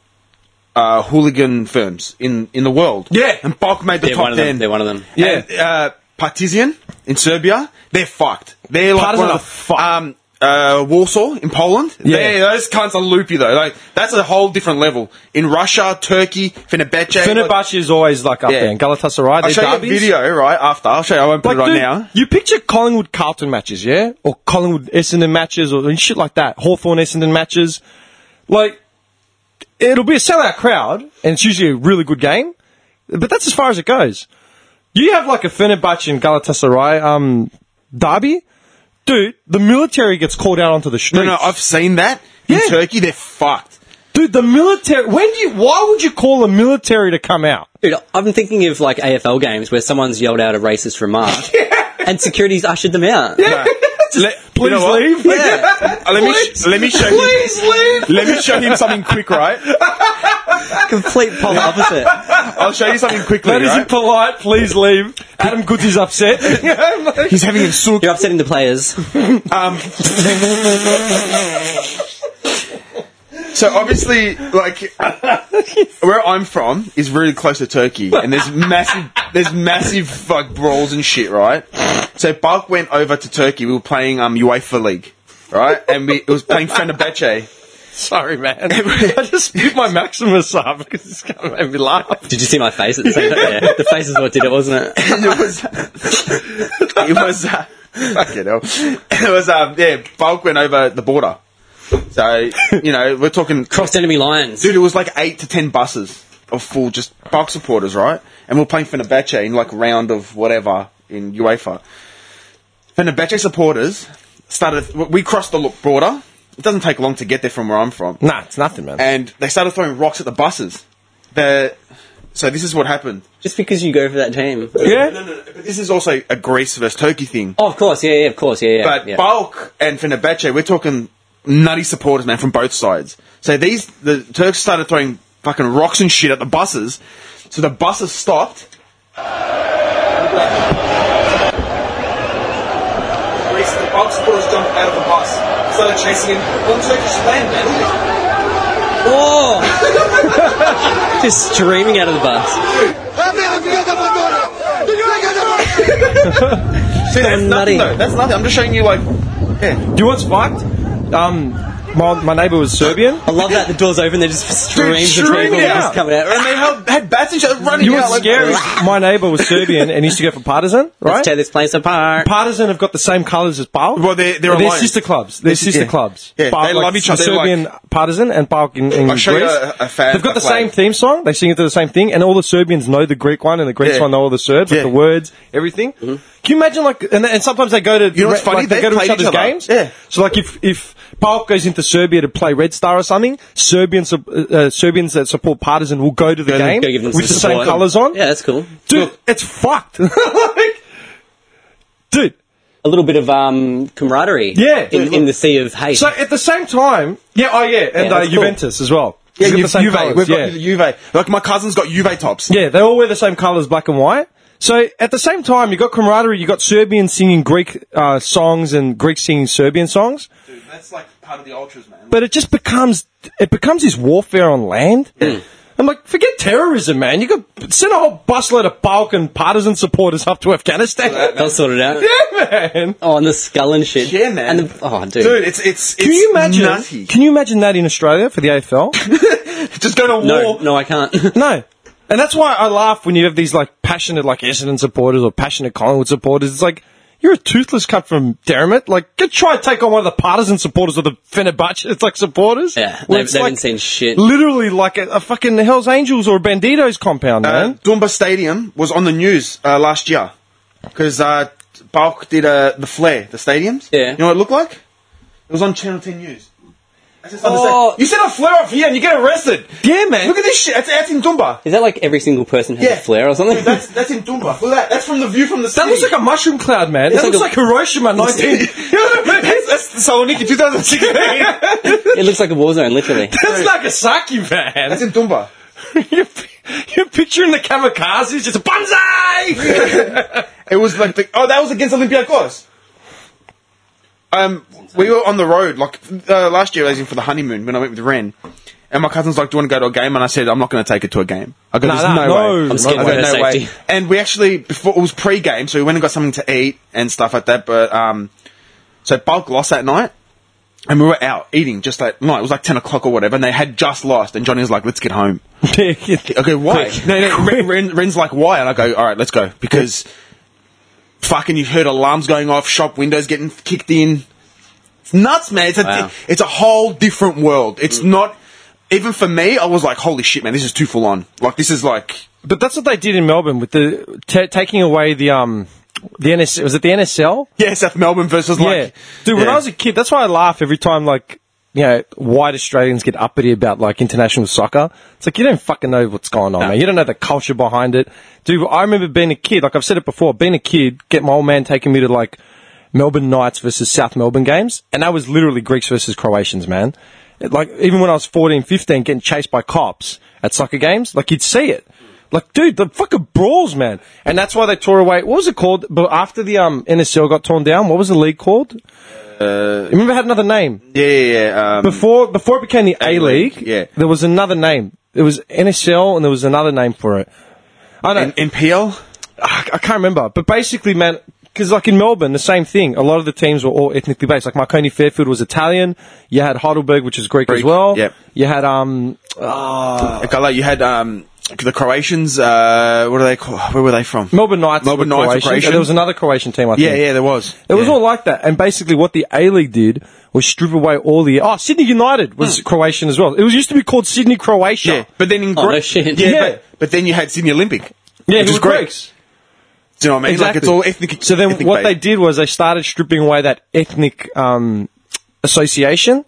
uh, hooligan firms in, in the world. Yeah. and Bulk made the They're top one of ten. them. They're one of them. Yeah. And, uh, Partizan in Serbia, they're fucked. They're like Partizan one are of fucked. um, uh, Warsaw in Poland. Yeah. They- those cunts are loopy though. Like that's a whole different level. In Russia, Turkey, Fenerbahce. like- Fenerbahce is always like up Yeah. there. And Galatasaray, I'll they're show you a derbies. video right after. I'll show you. I won't put Like, it on dude, now. you picture Collingwood Carlton matches, yeah, or Collingwood Essendon matches, or and shit like that. Hawthorn Essendon matches, like it'll be a sellout crowd, and it's usually a really good game. But that's as far as it goes. You have like a Fenerbahce and Galatasaray um, derby, dude. The military gets called out onto the No, streets. no, I've seen that. In Yeah. Turkey, they're fucked. dude, the military. When do you? Why would you call the military to come out? Dude, I'm thinking of like AFL games where someone's yelled out a racist remark and security's ushered them out. No. Let- you Please know what? leave. Uh, let me sh- let me show you. Please leave. Let me show him something quick, right? Complete polar opposite. I'll show you something quickly, That is right? impolite. Please leave. Adam Goods is upset. He's having a sook. You're upsetting the players. Um, so obviously, like where I'm from is really close to Turkey, and there's massive, there's massive like brawls and shit, right? So Bark went over to Turkey. We were playing um UEFA League, right? And we it was playing Fenerbahce. Sorry, man. I just spit my Maximus up because it's going to make me laugh. Did you see my face at the same time? Yeah, the face is what did it, wasn't it? and it was it was uh, fucking hell. It was um yeah, Bulk went over the border. So you know we're talking, Crossed enemy lines. dude. It was like eight to ten buses of full just Bulk supporters, right? And we're playing Fenerbahce in like round of whatever in UEFA. Fenerbahce supporters started. We crossed the border. It doesn't take long to get there from where I'm from Nah, it's nothing, man. and they started throwing rocks at the buses. the so this is what happened. Just because you go for that team. Yeah? No, no, no. But this is also a Greece versus Turkey thing. Oh, of course, yeah, yeah, of course, yeah, yeah. But yeah. Bulk and Fenerbahce, we're talking nutty supporters, man, from both sides. So these the Turks started throwing fucking rocks and shit at the buses. So the buses stopped. Greece, the Bulk supporters jumped out of the bus, started chasing him on Turkish land, man. Whoa! Just streaming out of the bus. See, that's So nothing, nutty. though. That's nothing. I'm just showing you, like, yeah. Do you know what's fucked? Um, my, my neighbour was Serbian. I love that the doors open. They're just streams of streaming people out. just coming out. And they had, had bats and shit running You out. were Like, scary. My neighbour was Serbian and used to go for Partisan, right? Let's tear this place apart. Partisan have got the same colours as Balk. Well, they're- they're aligned. sister clubs. They're sister yeah. clubs. Yeah, they love each other, the they're Serbian Partisan and Balk in, in I'll show you Greece. a- a fan- They've got a the flag. same theme song. They sing it to the same thing, and all the Serbians know the Greek one, and the Greeks Yeah. one know all the Serbs, Yeah. Mm-hmm. like the words, everything. Can you imagine? Like, and, and sometimes they go to know what's funny? like, they, They go to played each other's each other. games. Yeah. So like if if Balk goes into Serbia to play Red Star or something, Serbians uh, uh, Serbians that support Partisan will go to the Go game give them with some the same support. colours on. Yeah, that's cool. Dude, it's fucked. like, dude. A little bit of um, camaraderie. Yeah. In, in the sea of hate. So at the same time, yeah, oh yeah, and Yeah, uh, that's cool. Juventus as well. Yeah, We've got Ju- the same Juve. colours, We've yeah. got Juve. Like my cousin's got Juve tops. yeah, they all wear the same colours, black and white. So at the same time, you got camaraderie. You got Serbians singing Greek uh, songs and Greeks singing Serbian songs. Dude, that's like part of the ultras, man. But it just becomes it becomes this warfare on land. I'm like, forget terrorism, man. You could send a whole busload of Balkan partisan supporters up to Afghanistan. They'll sort it out. yeah, man. Oh, and the skull and shit. Yeah, man. And the, oh, dude. dude, it's it's it's Can you imagine? nutty. Can you imagine that in Australia for the AFL? Just go to no, war. no, I can't. No. And that's why I laugh when you have these like passionate like Essendon supporters or passionate Collingwood supporters. It's like you're a toothless cut from Derrimut. Like, go try and take on one of the partisan supporters or the Fenerbahce. It's like supporters. Yeah, Where they've- it's they like haven't seen shit. Literally like a, a fucking Hell's Angels or a Bandidos compound, Uh, man. Dumba Stadium was on the news uh, last year because uh, Balk did uh, the flare, the stadiums. Yeah. You know what it looked like? It was on Channel 10 News. I just Oh. understand. You set a flare off here and you get arrested. Yeah, man. Look at this shit. That's, that's in Dumba. Is that like every single person has Yeah. a flare or something? Dude, that's that's in Dumba. Look at that. That's from the view from the that city. looks like a mushroom cloud, man. That like looks a- like Hiroshima 19. You know what I mean? that's, that's Saloniki 2016. it looks like a war zone, literally. That's like a Saki van. that's in Dumba. you're, you're picturing the kamikazes, just a bonsai! It was like the, oh, that was against Olympiacos. Um, we were on the road like uh, last year, as in for the honeymoon when I went with Ren, and my cousin's like, "Do you want to go to a game?" And I said, "I'm not going to take it to a game." I go, Nah, "There's nah, no, no. way." I'm scared I for go, her "No way." safety. And we actually before it was pre-game, so we went and got something to eat and stuff like that. But um, so Bulk lost that night. And we were out eating just that night. It was like 10 o'clock or whatever, and they had just lost. And Johnny was like, let's get home. Okay, why? Quick. No, no, Ren, Ren, Ren's like, why? And I go, all right, let's go. Because fucking you heard alarms going off, shop windows getting kicked in. It's nuts, man. It's a, Wow. it's a whole different world. It's Mm. not, even for me, I was like, holy shit, man, this is too full on. Like, this is like, But that's what they did in Melbourne with the t- taking away the um the NS was it the NSL? yeah, South Melbourne versus yeah, like. dude. When Yeah. I was a kid, that's why I laugh every time like you know white Australians get uppity about like international soccer. It's like you don't fucking know what's going on, man. You don't know the culture behind it, dude. I remember being a kid. Like I've said it before, being a kid, get my old man taking me to like Melbourne Knights versus South Melbourne games, and that was literally Greeks versus Croatians, man. It- Like even when I was 14, 15, getting chased by cops at soccer games, like you'd see it. Like, dude, the fucking brawls, man, and that's why they tore away. What was it called? But after the um, NSL got torn down, what was the league called? You remember it had another name Yeah, yeah, yeah. Um, before before it became the A League. yeah. there was another name. It was NSL, and there was another name for it. I don't. in, in PL? I I can't remember, but basically, man, because like in Melbourne, the same thing. A lot of the teams were all ethnically based. Like Marconi Fairfield was Italian. You had Heidelberg, which is Greek, as Greek, well. yep. You had um, Uh. Like, I like, you had, um, the Croatians, uh, what are they called? Where were they from? Melbourne Knights. Melbourne were Knights were Croatian. Croatian. And there was another Croatian team. I think. Yeah, yeah, there was. It was all like that. And basically, what the A League did was strip away all the. Oh, Sydney United was Croatian as well. It was used to be called Sydney Croatia. Hmm. Yeah, but then in Oh, Gre- no shit. Yeah, Yeah. But, but then you had Sydney Olympic. Which Yeah, it is was great. Greeks. Do you know what I mean? Like it's Exactly. all ethnic. So then, ethnic what they based. did was they started stripping away that ethnic um, association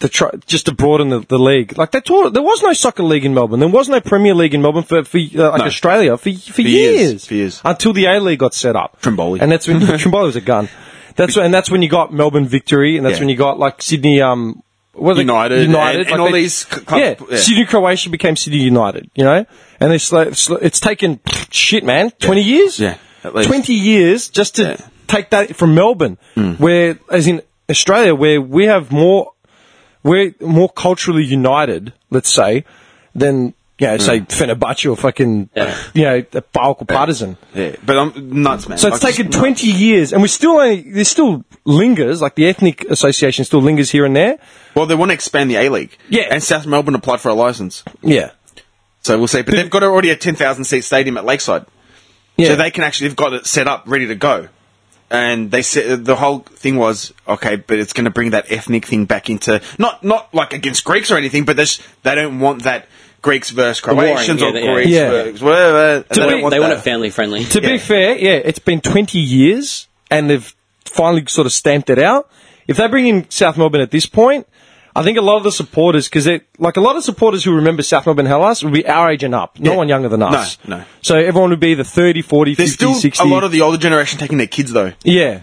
to try just to broaden the, the league. Like they taught, there was no soccer league in Melbourne. There was no Premier League in Melbourne for, for uh, like No. Australia for, for, years, years, for years. until the A League got set up. Trimboli. and that's when Trimboli was a gun. That's when, and that's when you got Melbourne Victory, and that's Yeah. when you got like Sydney. Um, what are they- United and- United, and all these c- club- yeah, yeah. Sydney Croatia became Sydney United. You know, and it's like- it's, like- it's taken shit, man, twenty years. Yeah, at least. 20 20 years just to Yeah. Hmm. take that from Melbourne, where, as in Australia, where we have more, we're more culturally united, let's say, than, you know, say Fenerbahce or fucking, Yeah. you know, Balk or Partisan. Hmm. Yeah, but I'm nuts, man. So it's Like, taken just 20 years, and we still only, there still lingers, like the ethnic association still lingers here and there. nuts. Well, they want to expand the A League. Yeah. and South Melbourne applied for a license, Yeah. so we'll see. But they've got already a ten thousand seat stadium at Lakeside, Yeah. so they can actually they've got it set up ready to go. And they said the whole thing was okay, but it's going to bring that ethnic thing back into not not like against Greeks or anything, but there's- they don't want that Greeks versus warring, Croatians yeah, or they- yeah. Greeks Yeah. versus whatever. and be- don't they want that. it family friendly. To be fair, yeah, it's been 20 years and they've finally sort of stamped it out. If they bring in South Melbourne at this point, I think a lot of the supporters, because like a lot of supporters who remember South Melbourne Hellas would be our age and up, no Yeah. one younger than us. No, no. So everyone would be the 30, 40, There's 50, still 60. a lot of the older generation taking their kids though, yeah.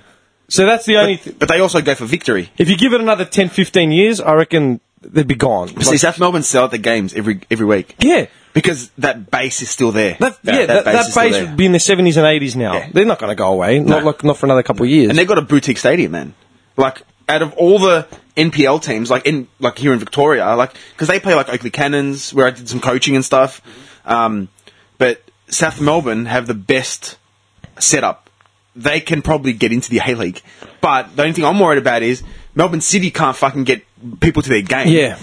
So that's the only. Th- but they also go for victory. if you give it another 10, 15 years, I reckon they'd be gone. See, Like, South Melbourne sell out the games every every week. yeah. Because that base is still there. That, yeah, that, that is base, still there. would be in the 70s and 80s now. Yeah. They're not going to go away. Not, No. like, not for another couple of years. and they've got a boutique stadium, man. Like out of all the NPL teams, like in like here in Victoria, like because they play like Oakley Cannons, where I did some coaching and stuff. Um, but South Melbourne have the best setup. They can probably get into the A League, but the only thing I'm worried about is Melbourne City can't fucking get people to their game. Yeah.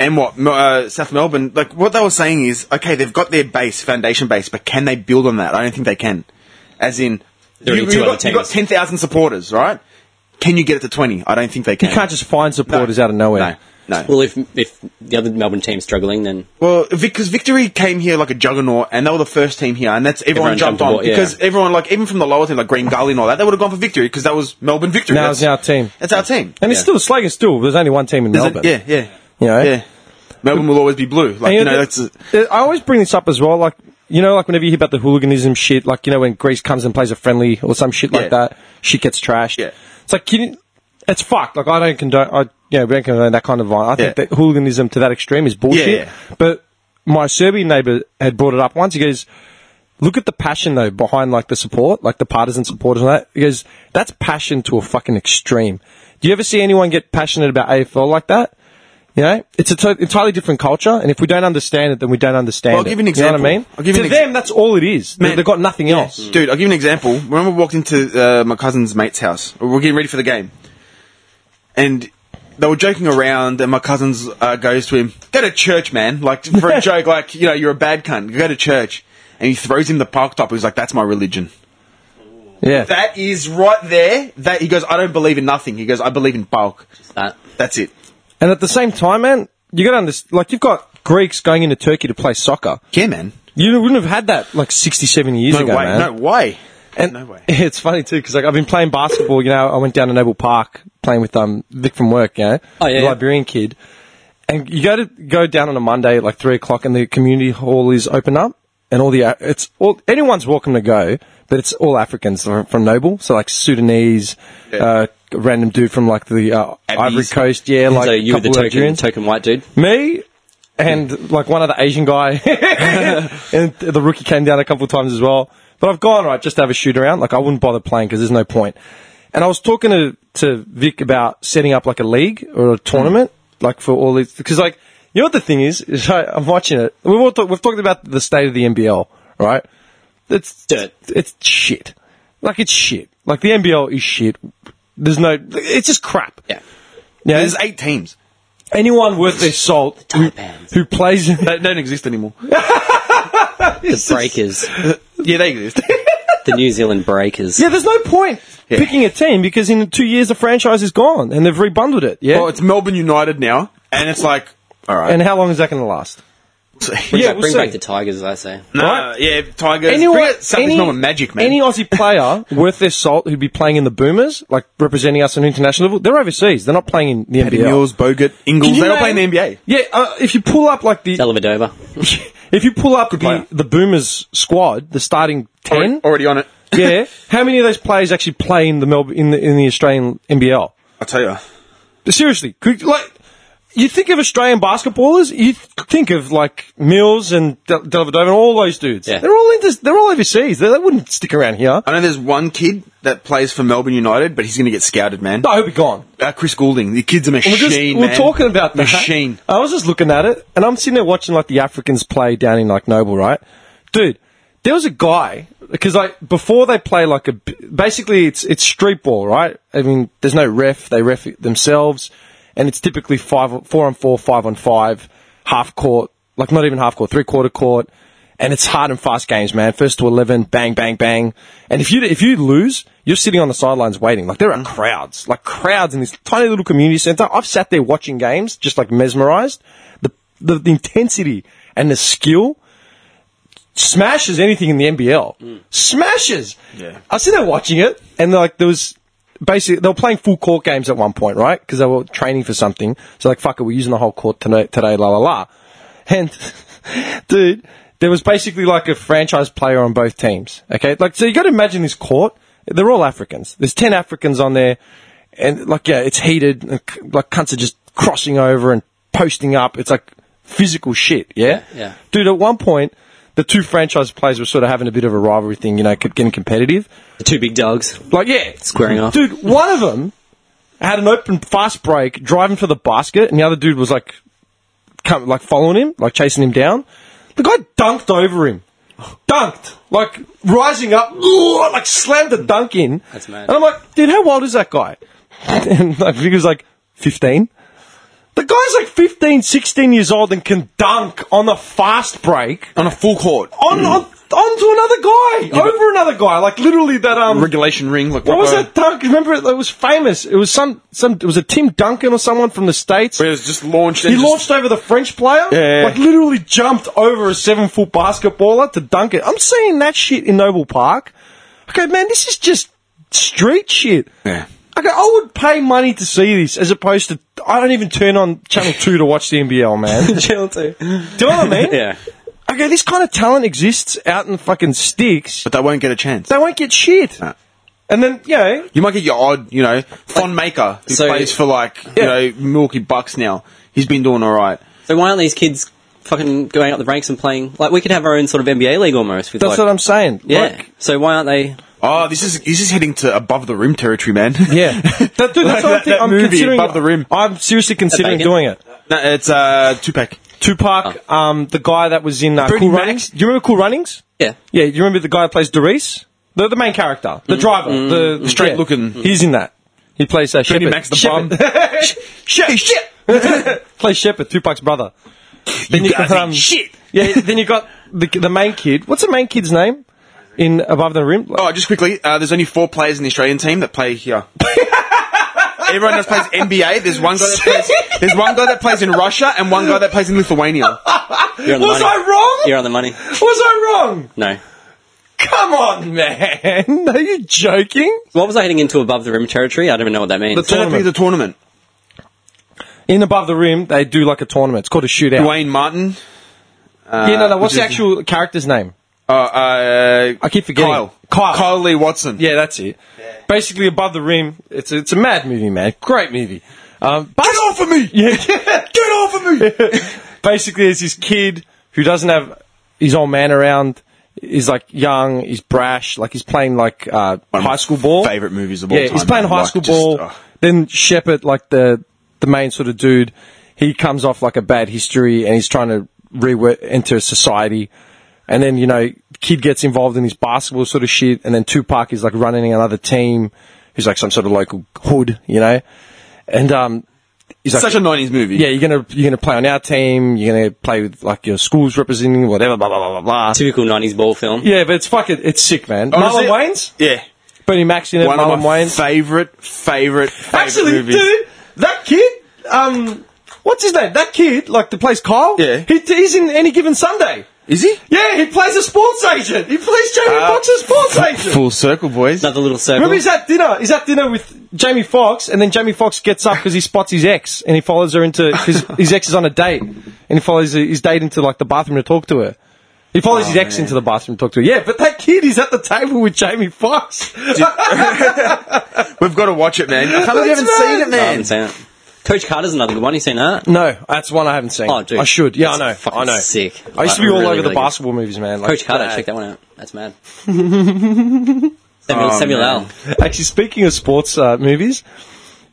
And what Mel- uh, South Melbourne, like what they were saying is, okay, they've got their base, foundation base, but can they build on that? I don't think they can. As in, you, There are you've two other got, you've got teams. ten thousand supporters, right? Can you get it to twenty? I don't think they can. You can't just find supporters out of nowhere. No, no. Well, if if the other Melbourne team's struggling, then Well, because Victory came here like a juggernaut, and they were the first team here, and that's everyone, Everyone jumped jumped on aboard, yeah. because everyone, like even from the lower team, like Green Gully and all that, they would have gone for Victory because that was Melbourne Victory. Now it's our team. That's our team, And it's Yeah. still Slagan's still. There's only one team in There's a- Melbourne. yeah, yeah, You know? yeah. Melbourne will always be blue. Like And, you you know, know, that's. A, I always bring this up as well. Like you know, like whenever you hear about the hooliganism shit, like you know when Greece comes and plays a friendly or some shit Yeah. like that, shit gets trashed. Yeah. It's like you, it's fucked. Like I don't condone. I you know, don't condone that kind of violence. I Yeah. think that hooliganism to that extreme is bullshit. Yeah, yeah. But my Serbian neighbour had brought it up once. He goes. Look at the passion though behind like the support, like the partisan supporters and that. He goes, that's passion to a fucking extreme. Do you ever see anyone get passionate about AFL like that? You know, it's an entirely different culture, and if we don't understand it, then we don't understand Well, I'll it. give you an You know what I example. mean? I'll give you to an ex- them, that's all it is. They- Man. They've got nothing else. Dude, I'll give you an example. When we walked into uh, my cousin's mate's house, we were getting ready for the game, and they were joking around, and my cousin uh, goes to him, "Go to church, man!" Like for a joke, like you know, you're a bad cunt. Go to church, and he throws him the park top. He's like, "That's my religion." Yeah. That is right there. That he goes, "I don't believe in nothing." He goes, "I believe in bulk." that That's it. and at the same time, man, you got to understand. Like you've got Greeks going into Turkey to play soccer. Yeah, man. You wouldn't have had that like 60, 70 years No ago, way. man. No way. And No way. It's funny too because like I've been playing basketball. You know, I went down to Noble Park playing with um Vic from work. You know, Oh, yeah, the yeah. Liberian kid. And you go to go down on a Monday at like three o'clock, and the community hall is open up, and all the uh, it's all anyone's welcome to go, but it's all Africans from, from Noble, so like Sudanese, uh, random dude from like the uh, Ivory Abbeys. Coast, yeah, like so you were couple the token, Algerians. token white dude. Me and like one other Asian guy, and the rookie came down a couple of times as well. But I've gone right just to have a shoot around. Like I wouldn't bother playing because there's no point. And I was talking to to Vic about setting up like a league or a tournament, like for all these because like you know what the thing is, is I, I'm watching it. We've all talk, we've talked about the state of the NBL, right? It's Dirt. It's shit. Like it's shit. Like the NBL is shit. There's no. It's just crap. Yeah. Yeah, There's eight teams. anyone worth their salt who, tight bands. who plays in They don't exist anymore. The Breakers, yeah, they exist. the New Zealand Breakers. yeah there's no point picking a team because in two years the franchise is gone and they've rebundled it yeah well, it's Melbourne United now, and it's like, all right. and how long is that going to last Bring, Yeah, back, we'll bring see. back the Tigers, as I say. No, Right? yeah, Tigers. Anyone- Bring it- something's any- not with magic, man. Any Aussie player worth their salt who'd be playing in the Boomers, like representing us on an international level, they're overseas. They're not playing in the Paddy NBL. Mules, Bogut, Can Ingles, you they all play in name- the NBA. Yeah, uh, if you pull up like the Delavadova. if you pull up player. the, the Boomers squad, the starting ten, Already, already on it. yeah, how many of those players actually play in the Melbourne in the in the Australian NBL? I tell you. Seriously, could, like you think of Australian basketballers, you th- think of like Mills and Del- Delavadova and all those dudes. Yeah. They're all inter- they're all overseas. They, they wouldn't stick around here. I know there's one kid that plays for Melbourne United, but he's going to get scouted, man. No, he'll be gone. Uh, Chris Goulding, the kid's a machine. We're, just, we're man. talking about that. machine. I was just looking at it, and I'm sitting there watching like the Africans play down in like Noble, right? Dude, there was a guy because like before they play like a b- basically it's it's street ball, right? I mean, there's no ref; they ref it themselves, and it's typically five, four on four, five on five, half court, like not even half court, three quarter court, and it's hard and fast games, man. First to eleven, bang, bang, bang, and if you if you lose, you're sitting on the sidelines waiting. Like there are crowds, like crowds in this tiny little community center. I've sat there watching games, just like mesmerized. The the, the intensity and the skill smashes anything in the NBL. Smashes. Yeah. I was sitting there watching it, and like there was basically they were playing full court games at one point, right? Because they were training for something. So like, fuck it, we're using the whole court today, today la la la. And dude, there was basically like a franchise player on both teams. Okay, like so you got to imagine this court. They're all Africans. There's ten Africans on there, and like yeah, it's heated. And, c- like cunts are just crossing over and posting up. It's like physical shit. Yeah, Yeah. dude. At one point, the two franchise players were sort of having a bit of a rivalry thing. You know, kept getting competitive. The two big dogs. Like, yeah. Squaring off. Dude, one of them had an open fast break driving for the basket, and the other dude was like, come, like following him, like chasing him down. The guy dunked over him. Dunked. Like, rising up, like slammed a dunk in. That's mad. And I'm like, dude, how old is that guy? And I think he was like 15. The guy's like 15, 16 years old and can dunk on the fast break On a full court. on, Mm. on, onto another guy, over another guy. Like, literally that, um. Regulation ring. Like, What was proper- that dunk? Remember, it was famous. It was some, some. It was a Tim Duncan or someone from the states. It was oh, just launched. He and just- launched over the French player, Yeah. like literally jumped over a seven foot basketballer to dunk it. I'm seeing that shit in Noble Park. Okay, man, this is just street shit. Yeah. Okay, I would pay money to see this as opposed to I don't even turn on Channel Two to watch the NBL, man. Channel 2. Do you know what I mean? Yeah. Okay, this kind of talent exists out in the fucking sticks. But they won't get a chance. They won't get shit. No. And then you know, You might get your odd, you know, Fon Maker, who So- plays for like, you know, Milky Bucks now. He's been doing all right. So why aren't these kids fucking going up the ranks and playing? Like, we could have our own sort of NBA league almost. With that's like, what I'm saying. Yeah. Like, so why aren't they? Oh, this is this is heading to above the rim territory, man. Yeah, that, dude, that's That- what that- I'm, thinking. that I'm movie, considering. Above the Rim. I'm seriously considering Bacon? doing it. no, it's uh, Tupac. Tupac, um, the guy that was in uh, Bernie Cool Mac? Runnings. Do you remember Cool Runnings? Yeah. Yeah, you remember the guy that plays Doris, the, the main character, the driver, the, the Straight yeah. looking. He's in that. He plays uh, Benny Shepard. Mac's the Shepard. bum. Shit, shit. plays Shepard, Tupac's brother. Then um, guys ain't shit. Yeah, then you got the, the main kid. What's the main kid's name in Above the Rim? Oh, just quickly, uh, there's only four players in the Australian team that play here. Everyone else plays NBA. There's one guy that plays. There's one guy that plays in Russia and one guy that plays in Lithuania. You're on the was money. I wrong? You're on the money. Was I wrong? No. Come on, man. Are you joking? What was I heading into above the rim territory? I don't even know what that means. The So that'd be the tournament. In Above the Rim, they do like a tournament. It's called a shootout. Dwayne Martin. Uh, yeah, no, no. What's which the is- actual character's name? Uh, uh, I keep forgetting. Kyle. Kyle. Lee Watson. Yeah, that's it. Basically, Above the Rim, it's a, it's a mad movie, man. Great movie. Um, but- Get off of me! Yeah. Get off of me! Basically, there's this kid who doesn't have his old man around. He's like young, he's brash, like he's playing like uh, One of my high school ball. Favorite movies of all Yeah, time. he's playing man. high Like, school just, ball. oh. Then Shepard, like the the main sort of dude, he comes off like a bad history, and he's trying to re enter society. And then you know, kid gets involved in this basketball sort of shit, and then Tupac is like running another team, who's like some sort of local hood, you know. And um, he's like, Such a '90s movie. yeah, you're gonna you're gonna play on our team, you're gonna play with like your school's representing, whatever, blah blah blah blah blah. typical '90s ball film. Yeah, but it's fucking it's sick, man. Honestly, Marlon Wayans, Yeah. Bernie Mac's in it. Oh, One Marlon of my Wayans. favorite, favorite, favorite Actually, movies. dude, that kid, um, What's his name? That kid, like, that plays Kyle? Yeah. He, he's in any given Sunday. Is he? Yeah, he plays a sports agent. He plays Jamie Ah. Foxx, a sports agent. Full circle, boys. Another little circle. Remember, he's at dinner. He's at dinner with Jamie Foxx, and then Jamie Foxx gets up because he spots his ex, and he follows her into because his ex is on a date, and he follows his date into like the bathroom to talk to her. He follows Oh, his ex into the bathroom to talk to her. Yeah, but that kid is at the table with Jamie Foxx. We've got to watch it, man. I can't believe you haven't That's seen right. it, No, Oh, I man. haven't seen it. Coach Carter's another good one. You seen that? no, that's one I haven't seen. Oh, dude. I should. Yeah, I know. It's fucking I know. sick. I used to be Like, all really, over the really good. basketball movies, man. Like, Coach Carter, bad. check that one out. That's mad. Samuel, Oh, Samuel man. L. Actually, speaking of sports uh, movies,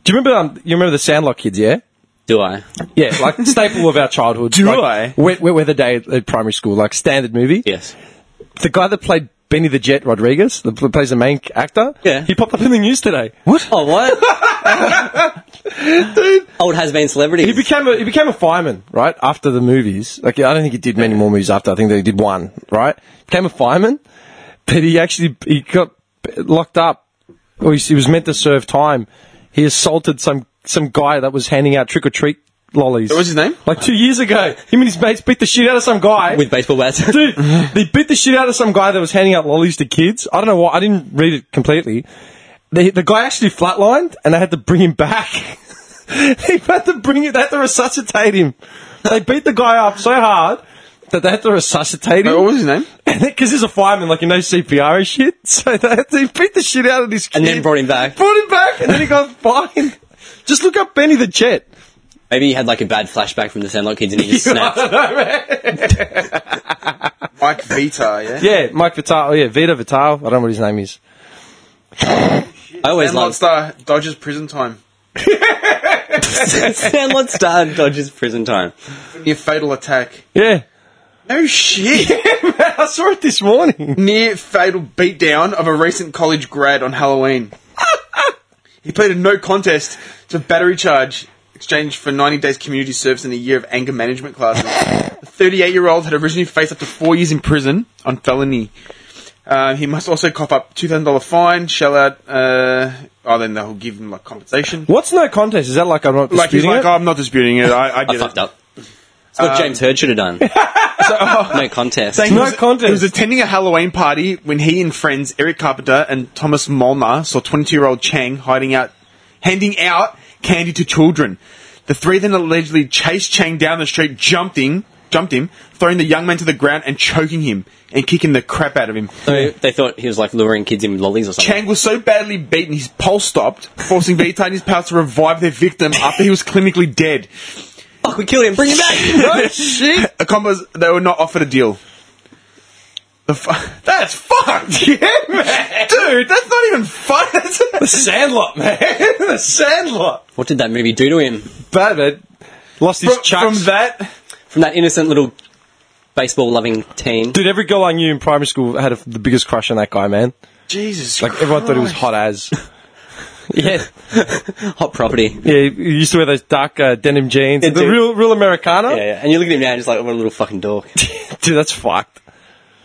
do you remember? Um, you remember the Sandlot kids? Yeah. Do I? Yeah, like staple of our childhood. Do Like, I? Wet, wet weather day at, at primary school, like standard movie. Yes. The guy that played Benny the Jet Rodriguez, that pl- plays the main actor. Yeah. He popped up in the news today. What? Oh, what? Old has been celebrity. He became a he became a fireman, right? After the movies, like I don't think he did many more movies after. I think that he did one, right? Became a fireman, but he actually he got locked up, or he, he was meant to serve time. He assaulted some some guy that was handing out trick or treat lollies. What was his name? Like two years ago, him and his mates beat the shit out of some guy with baseball bats. Dude, they beat the shit out of some guy that was handing out lollies to kids. I don't know why. I didn't read it completely. The, the guy actually flatlined, and they had to bring him back. they had to bring it. They had to resuscitate him. They beat the guy up so hard that they had to resuscitate What him was his name? because he's a fireman, like you know CPR and shit. So they had to beat the shit out of this kid And then brought him back. Brought him back, and then he got fined. Just look up Benny the Jet. Maybe he had like a bad flashback from the Sandlot Kids and he just I snapped. don't know, man. Mike Vita, yeah? Yeah, Mike Vital. Oh, yeah, Vito Vital. I don't know what his name is. I always Landlord love Star, Dodgers prison time. Sandlot Star Dodgers prison time. Near fatal attack. Yeah. No shit. I saw it this morning. Near fatal beatdown of a recent college grad on Halloween. he pleaded no contest to battery charge, exchanged for 90 days community service and a year of anger management classes. The 38 year old had originally faced up to four years in prison on felony. Uh, he must also cough up $2,000 fine, shell out, uh, oh, then they'll give him like compensation. What's no contest? Is that like I'm not Like, he's disputing like, it? oh, I'm not disputing it. I, I did I it. fucked up. It's what James Heard should have done. no contest. Saying he No was- contest. He was attending a Halloween party when he and friends Eric Carpenter and Thomas Molnar saw 22-year-old Chang hiding out, handing out candy to children. The three then allegedly chased Chang down the street, jumped him, jumped him, throwing the young man to the ground and choking him and kicking the crap out of him. So they thought he was like luring kids in with lollies or something. Chang was so badly beaten, his pulse stopped, forcing Vita and his pals to revive their victim after he was clinically dead. Fuck, we killed him. Bring him back. no shit. A combos, they were not offered a deal. The fu- that's fucked! Yeah, man. Dude, that's not even fun. That's The Sandlot, man. The Sandlot. what did that movie do to him? Bad, man. Lost his from, chucks. from that, From that innocent little baseball-loving teen. Dude, every girl I knew in primary school had a, the biggest crush on that guy, man. Jesus, Like, everyone thought he was hot as. Yeah. Hot property. Yeah, he he used to wear those dark uh, denim jeans. Yeah, the dude. real, real Americana. Yeah, yeah. And you look at him now and just like, what a little fucking dork. Dude, that's fucked.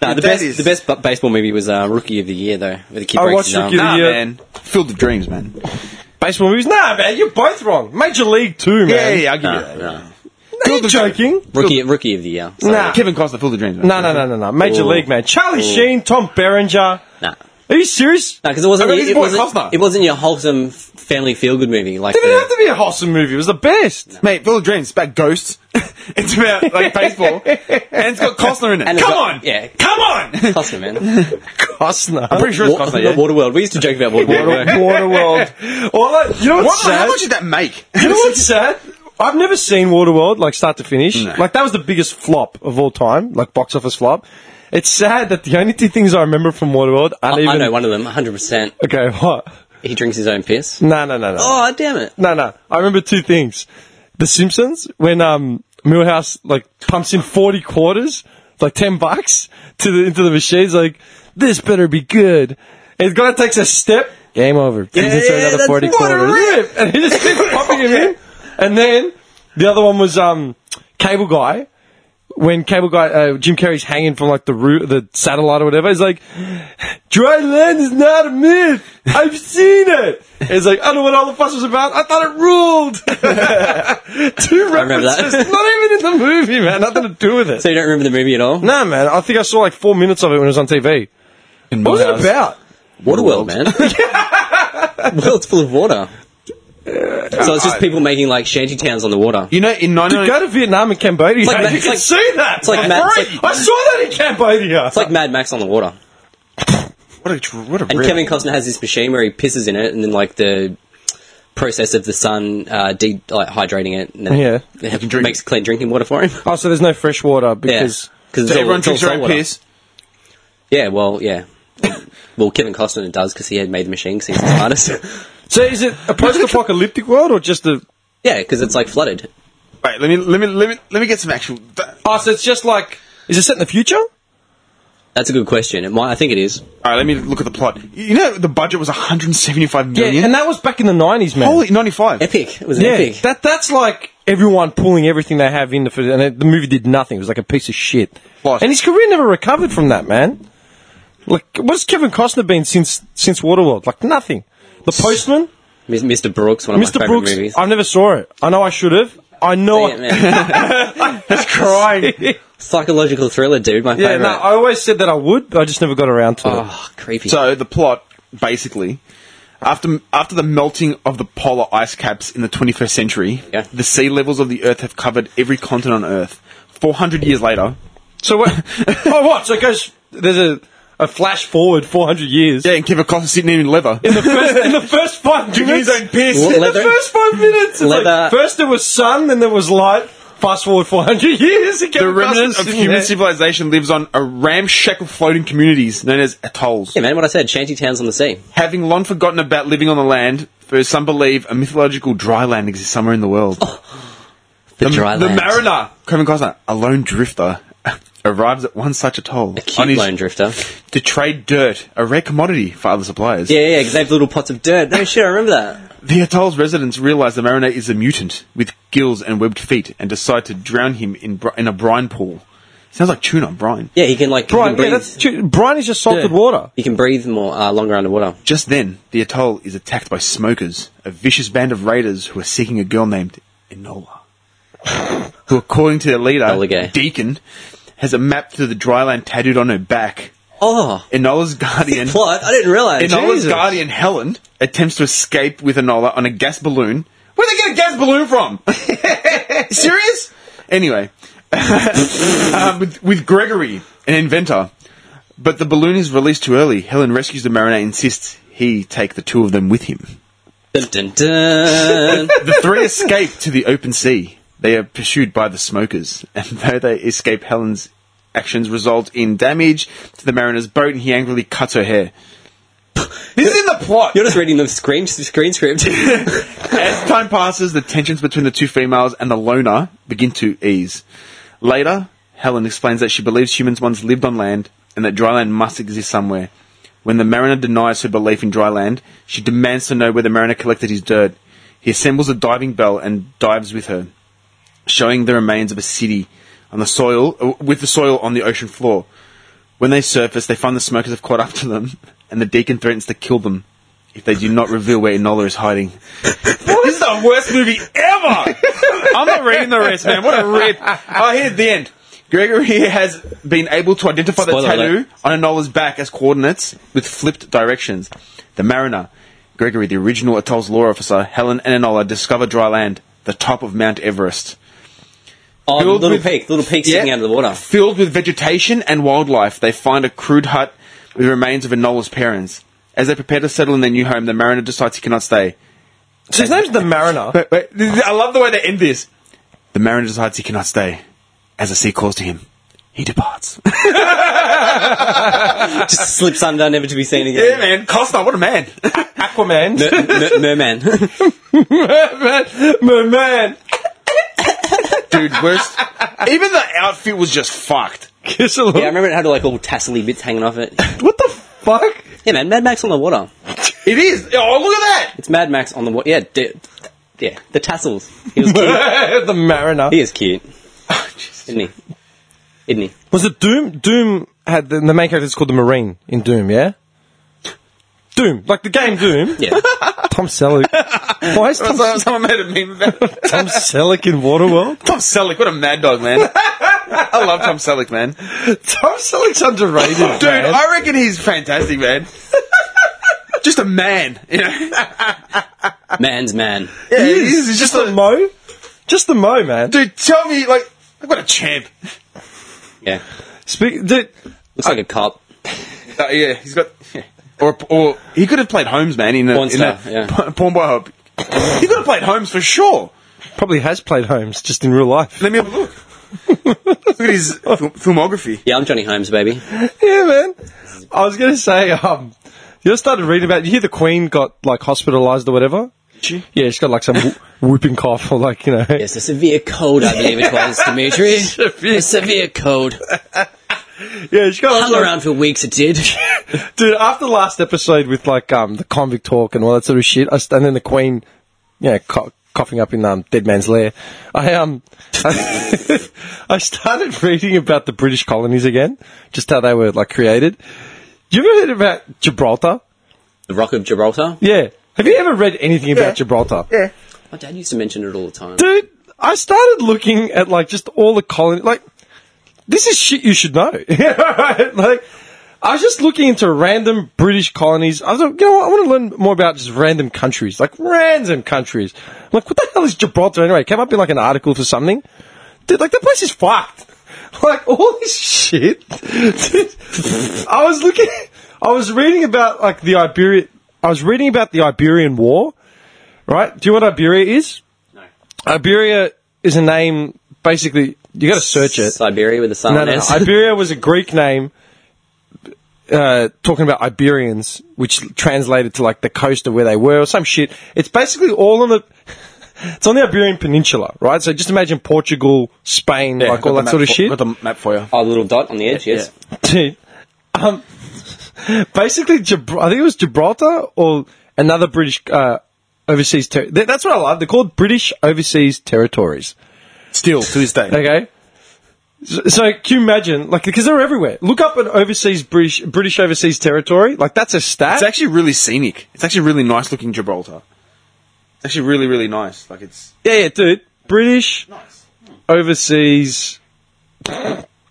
Nah, the, That best, is- the best bu- baseball movie was uh, Rookie of the Year, though, where the kid I breaks watched his arm. Rookie of the Nah, Yeah. man, filled with dreams, man. Baseball movies? Nah, man, you're both wrong. Major League too, man. I'll give Nah, nah. Are you joking? Rookie, rookie of the Year. So, Nah. Kevin Costner filled with dreams. Man. No, no, no, no, no. Major Ooh. League, man. Charlie Sheen, Tom Berenger. nah. Are you serious? No, because it wasn't. I mean, It, he's it, boy wasn't Costner. it wasn't your wholesome f- family feel good movie like It didn't have the, to be a wholesome movie. It was the best. Mate, filled with dreams. It's about ghosts. it's about like baseball, and it's got Costner in it. And it's Come got- on, yeah. come on. Costner man. Costner. I'm pretty sure it's Wa- Costner. Yeah. Waterworld. We used to joke about Waterworld. Waterworld. All I, you know what's What, how sad? much did that make? you know what's sad? I've never seen Waterworld like start to finish. No. Like that was the biggest flop of all time, like box office flop. It's sad that the only two things I remember from Waterworld aren't I even. know one of them, 100%. Okay, what? He drinks his own piss. No, no, no, no. Oh, damn it. No, no. I remember two things. The Simpsons, when um Millhouse like pumps in forty quarters, like ten bucks, to the into the machines, like, this better be good. And the guy takes a step, game over. Yeah, yeah, that's- what a rip. And he just keeps popping him in. And then the other one was um Cable Guy when cable guy uh, Jim Carrey's hanging from like the root, the satellite or whatever, he's like, "Dry land is not a myth. I've seen it." It's like I don't know what all the fuss was about. I thought it ruled. Two remember that. references, not even in the movie, man. Nothing to do with it. So you don't remember the movie at all? Nah, man. I think I saw like four minutes of it when it was on TV. In What was it Morehouse. about? Waterworld, man. World's full of water. So it's just people making like shanty towns on the water. You know, in Dude, 19... go to Vietnam and Cambodia. like Ma- you it's can like- see that. it's like for Ma- it's free. like- I saw that in Cambodia. It's like Mad Max on the water. what a, tr- what a And rip. Kevin Costner has this machine where he pisses in it, and then like the process of the sun uh, de- like hydrating it, and then Yeah. it ha- makes clean drinking water for him. oh, so there's no fresh water Yeah, because. because so everyone drinks their own piss. Yeah, well, yeah. well, Kevin Costner does because he had made the machine because he's an artist. So is it a post-apocalyptic world or just a? yeah, because it's like flooded. Wait, let me let me let me let me get some actual. Th- Oh, so it's just like. Is it set in the future? That's a good question. It might, I think it is. All right, let me look at the plot. You know, the budget was 175 Yeah, million. and that was back in the nineties, man. Holy 95. Epic. It was an yeah, epic. that that's like everyone pulling everything they have in the and it, the movie did nothing. It was like a piece of shit. What? And his career never recovered from that, man. Like, what's Kevin Costner been since since Waterworld? Like nothing. The Postman, Mis- Mr. Brooks, one of my Mr. favorite Brooks. movies. I never saw it. I know I should have. I know. Yeah, man. That's crying. Psychological thriller, dude. My yeah, favorite. no, I always said that I would, but I just never got around to it. oh, creepy. So the plot, basically, after after the melting of the polar ice caps in the 21st century, Yeah. the sea levels of the Earth have covered every continent on Earth. 400 years later. So what? oh, what? So it goes. There's a, a flash forward 400 years. Yeah, and Kevin Costner sitting in leather. In the first, in the first five Drinking his minutes, own piss. In the Leather? first five minutes, it's like, Leather. first there was sun, then there was light. Fast forward 400 years, it The remnants of human civilization lives on a ramshackle floating communities known as atolls. yeah, man, what I said. Shanty towns on the sea. Having long forgotten about living on the land, for some believe a mythological dry land exists somewhere in the world. Oh, The, The- dry the land. mariner, Kevin Costner, a lone drifter, arrives at one such atoll Cute lone drifter. to trade dirt, a rare commodity for other suppliers. Yeah, yeah, yeah, 'cause they have little pots of dirt. No shit, I remember that. The atoll's residents realize the mariner is a mutant with gills and webbed feet and decide to drown him in, br- in a brine pool. Sounds like tuna, brine. Yeah, he can like Brian, he can yeah, breathe. that's true. Brian is just salted Yeah. water. he can breathe more uh, longer underwater. Just then, the atoll is attacked by smokers, a vicious band of raiders who are seeking a girl named Enola, who, according to their Enola leader, Gay. Deacon, has a map to the dry land tattooed on her back. Oh, Enola's guardian. plot! I didn't realize. Enola's Jesus. guardian, Helen, attempts to escape with Enola on a gas balloon. Where'd they get a gas balloon from? Serious? Anyway, um, with, with Gregory, an inventor. But the balloon is released too early. Helen rescues the mariner and insists he take the two of them with him. Dun, dun, dun. The three escape to the open sea. They are pursued by the smokers, and though they escape, Helen's actions result in damage to the mariner's boat, and he angrily cuts her hair. this is in the plot. You're just reading the screen screen script. Oh, As time passes, the tensions between the two females and the loner begin to ease. Later, Helen explains that she believes humans once lived on land and that dry land must exist somewhere. When the mariner denies her belief in dry land, she demands to know where the mariner collected his dirt. He assembles a diving bell and dives with her, showing the remains of a city on the soil uh, with the soil on the ocean floor. When they surface, they find the smokers have caught up to them, and the deacon threatens to kill them if they do not reveal where Enola is hiding. This is the worst movie ever. I'm not reading the rest, man. What a rip. Oh, here's the end. Gregory has been able to identify the Spoiler tattoo alert. on Enola's back as coordinates with flipped directions. The Mariner, Gregory, the original Atoll's law officer, Helen and Enola discover dry land, the top of Mount Everest. Oh, Filled little with- peak, little peak sticking out of the water. Filled with vegetation and wildlife, they find a crude hut with remains of Enola's parents. As they prepare to settle in their new home, the Mariner decides he cannot stay. So his name's the Mariner. Wait, wait, this is- I love the way they end this. The mariner decides he cannot stay. As the sea calls to him, he departs. Just slips under, never to be seen yeah, again. man. Costa, what a man. Aquaman. Mer- merman. Merman. Merman. Dude, worst. Even the outfit was just fucked. Kiss a little. yeah, I remember it had like all tassely bits hanging off it. what the fuck? Yeah, man, Mad Max on the water. It is. Oh, look at that. It's Mad Max on the water. Yeah, d- yeah, the tassels. He was cute. the Mariner. he is cute, isn't he? isn't he? Was it Doom? Doom had the, the main character is called the Marine in Doom, yeah. Doom, like the game Doom. Yeah. Tom Selleck. Why is Tom, So- Someone made a meme about it. Tom Selleck in Waterworld? Tom Selleck, what a mad dog, man. I love Tom Selleck, man. Tom Selleck's underrated, Dude, I reckon he's fantastic, man. just a man, you know. Man's man. Yeah, He is. He's just, the mo. Just the mo, man. Dude, tell me, like, what a champ. Yeah. Speak, dude. Looks like a cop. Uh, yeah, he's got. yeah. Or, or he could have played Holmes, man. In a, Porn in star, a- yeah. p- porn boy hub. he could have played Holmes for sure. Probably has played Holmes just in real life. Let me have a look. look at his film- filmography. Yeah, I'm Johnny Holmes, baby. Yeah, man. I was gonna say, um, you started reading about. You hear the Queen got like hospitalised or whatever. She? Yeah, she's got like some who- whooping cough or like you know. It's a severe cold, I believe it was, Dimitri. Severe. A severe cold. Yeah, she's got Hung like- around for weeks, it did. Dude, after the last episode with like um the convict talk and all that sort of shit, I st- and then the Queen, you know, co- coughing up in um Dead Man's Lair, I um I, I started reading about the British colonies again, just how they were like created. You ever heard about Gibraltar? The Rock of Gibraltar. Yeah. Have you ever read anything about Gibraltar? Yeah. My dad used to mention it all the time. Dude, I started looking at like just all the colonies. Like, this is shit you should know. Right? Like, I was just looking into random British colonies. I was like, you know what? I want to learn more about just random countries, like random countries. I'm like, what the hell is Gibraltar anyway? Came up in like an article for something. Dude, like that place is fucked. Like all this shit. Dude, I was looking. I was reading about like the Iberian. I was reading about the Iberian War. Right? Do you know what Iberia is? Iberia is a name. Basically, you got to search it. Siberia with the sun No, on no, S. Iberia was a Greek name. Uh, talking about Iberians, which translated to like the coast of where they were or some shit. It's basically all on the. It's on the Iberian Peninsula, right? So just imagine Portugal, Spain, like all that sort of shit. Got the map for you. Oh, the little dot on the edge, yes. Dude, um, basically, Gibr- I think it was Gibraltar or another British uh, overseas. Ter- th- that's what I love. They're called British Overseas Territories. Still to this day. Okay. So, so can you imagine, like, because they're everywhere. Look up an overseas British British overseas territory, like that's a stat. It's actually really scenic. It's actually really nice looking Gibraltar. It's actually really really nice. Like it's yeah, yeah, dude. British overseas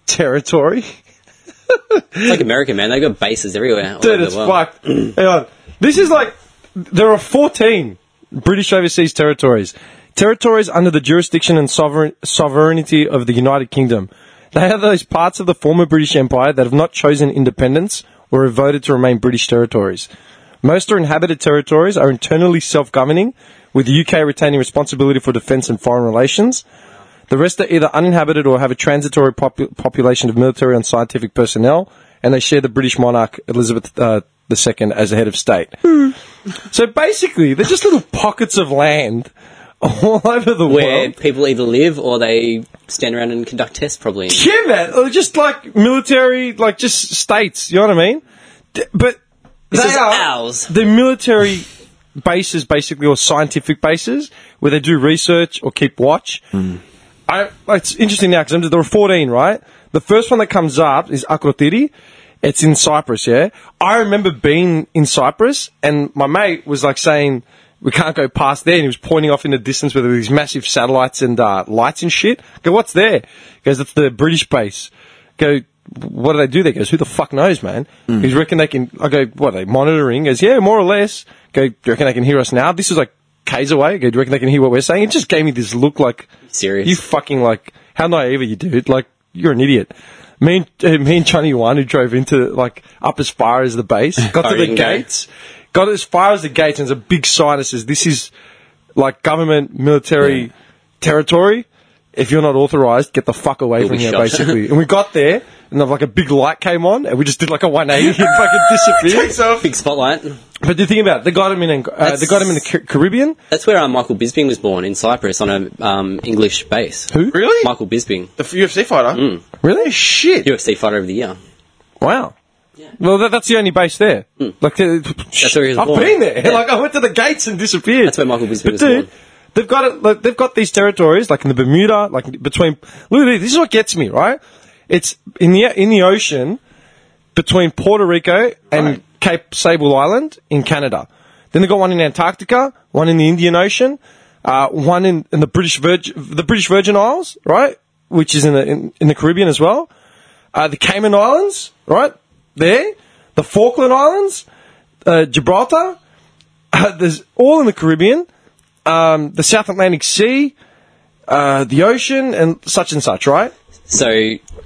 territory. It's like America, man. They got bases everywhere. all Dude, over the it's world. fucked. Hang on. This is like there are 14 British overseas territories, territories under the jurisdiction and sovereign, sovereignty of the United Kingdom. They are those parts of the former British Empire that have not chosen independence or have voted to remain British territories. Most are inhabited territories are internally self-governing, with the UK retaining responsibility for defence and foreign relations. The rest are either uninhabited or have a transitory popu- population of military and scientific personnel, and they share the British monarch Elizabeth uh, II as the head of state. Hmm. so basically, they're just little pockets of land all over the Where world. people either live or they stand around and conduct tests, probably. Yeah, man, they're just like military, like just states. You know what I mean? D- But they is are ours. the military bases, basically, or scientific bases where they do research or keep watch. I, it's interesting now because there are 14, right? The first one that comes up is Akrotiri. It's in Cyprus, yeah? I remember being in Cyprus and my mate was like saying, we can't go past there. And he was pointing off in the distance with these massive satellites and uh, lights and shit. I go, what's there? He goes, that's the British base. I go, what do they do there? He goes, who the fuck knows, man? He's reckon they can, I go, what are they monitoring? He goes, yeah, more or less. I go, do you reckon they can hear us now? This is like K's away. I go, do you reckon they can hear what we're saying? It just gave me this look like, Serious. you fucking like how naive are you, dude? Like you're an idiot. Me and uh, me and Johnny One who drove into like up as far as the base, got to Oh, you the can go. gates, got as far as the gates, and there's a big sign that says this is like government military territory. If you're not authorized, get the fuck away You'll from be here, shot. basically. and we got there, and like a big light came on, and we just did like a 180 and fucking disappeared. so Big spotlight. But the thing about it, they got him in, uh, they got him in the Ca- Caribbean. That's where uh, Michael Bisping was born, in Cyprus, on a um, English base. Who? really Michael Bisping, the UFC fighter. Mm. Uh, Really? Shit. UFC fighter of the year. Wow. Well, that, that's the only base there. Like, that's Hmm. where he was I've born. been there. Yeah. Like, I went to the gates and disappeared. That's where Michael Bisping But was dude, born. they've got it. Like, they've got these territories, like in the Bermuda, like between. Look at this. This is what gets me right. It's in the in the ocean between Puerto Rico and Cape Sable Island in Canada. Then they got one in Antarctica, one in the Indian Ocean, uh, one in, in the British Virgin the British Virgin Isles, right, which is in the in, in the Caribbean as well. Uh, the Cayman Islands, right there, the Falkland Islands, uh, Gibraltar. Uh, there's all in the Caribbean, um, the South Atlantic Sea, uh, the ocean, and such and such, right? So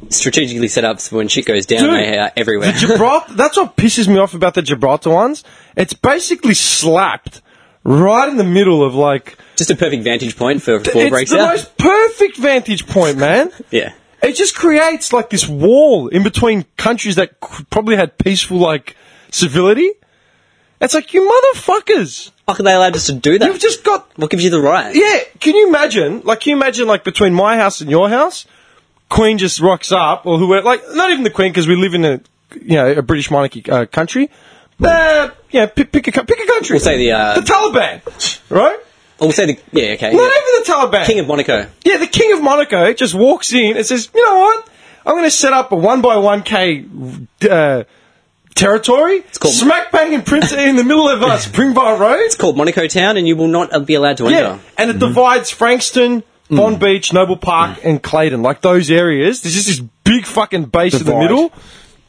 strategically set up so when shit goes down, Dude, they are everywhere. The Gibraltar. that's what pisses me off about the Gibraltar ones. It's basically slapped right in the middle of like. Just a perfect vantage point for before it it's breaks the out. most perfect vantage point, man. Yeah. It just creates like this wall in between countries that c- probably had peaceful like civility. It's like you motherfuckers. Fuck, are they allowed us to do that? You've just got what gives you the right? yeah, can you imagine? Like, can you imagine, like, between my house and your house, Queen just rocks up, or whoever, like, not even the Queen, because we live in a, you know, a British monarchy uh, country. Uh, yeah, pick, pick, a, co- pick a country. We'll say the, uh, the Taliban, right? Or Oh, we'll say the yeah, okay. Not yeah. even the Taliban. King of Monaco. yeah, the King of Monaco just walks in and says, you know what? I'm going to set up a 1 by 1K uh, territory. It's called- Smack bang in, Prince, in the middle of uh, Springbar Road. Called Monaco Town, and you will not be allowed to Yeah, enter. and it divides Frankston, Mm. Bond Beach, Noble Park, and Clayton. Like those areas, there's just this big fucking base in the Divide. middle.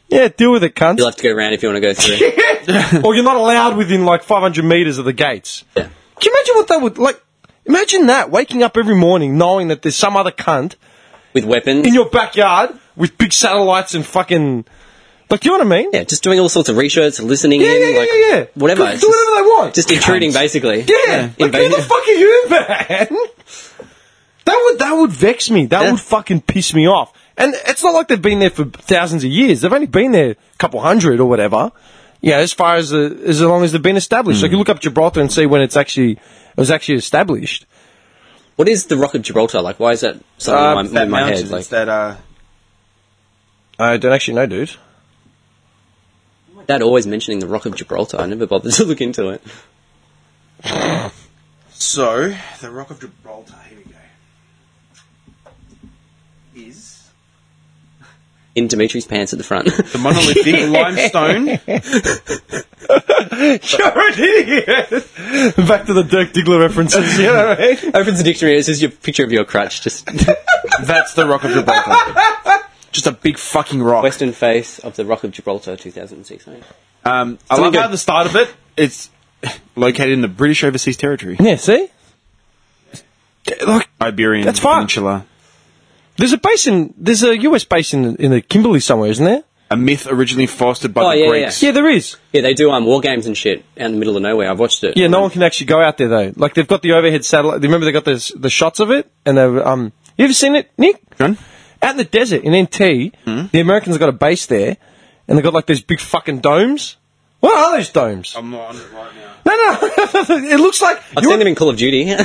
Yeah, deal with it, cunt. You'll have to go around if you want to go through. or you're not allowed within like 500 meters of the gates. Yeah. Can you imagine what that would like? Imagine that waking up every morning knowing that there's some other cunt With weapons. in your backyard with big satellites and fucking. Like, do you know what I mean? yeah, just doing all sorts of research, listening yeah, in, yeah, yeah, like yeah, yeah. whatever. Do, It's do just- whatever they want. Just intruding, basically. Yeah, like who the Invading. fuck are you, man? That would that would vex me. That Yeah. would fucking piss me off. And it's not like they've been there for thousands of years. They've only been there a couple hundred or whatever. Yeah, as far as the, as long as they've been established. Like you look up Gibraltar and see when it's actually it was actually established. What is the Rock of Gibraltar like? Why is that something Uh, in my, that in my mountain. head? Like, it's that uh, I don't actually know, dude. Dad always mentioning the Rock of Gibraltar. I never bothered to look into it. So, the Rock of Gibraltar, here we go, is In Dimitri's pants at the front. the monolithic limestone. You're an idiot. Back to the Dirk Diggler references. You know what I mean? Opens the dictionary. It's just your picture of your crutch, just That's the Rock of Gibraltar. Just a big fucking rock. Western face of the Rock of Gibraltar, 2006. Mate. Um, I So love we go- how the start of it, it's located in the British Overseas Territory, Yeah. See. Look, Iberian That's fine. Peninsula. there's a basin. There's a US basin in, in the Kimberley somewhere, isn't there? A myth originally fostered by Oh, the yeah, Greeks. Yeah, there is. Yeah, they do um war games and shit out in the middle of nowhere. I've watched it. Yeah, no one can actually go out there though. Like they've got the overhead satellite. Remember they got the the shots of it, and they were, um. You ever seen it, Nick? John? Out in the desert in NT, Hmm? the Americans have got a base there, and they've got like those big fucking domes. What are those domes? I'm not on it right now. no, no, it looks like. Oh. I've you know- seen them in Call of Duty. I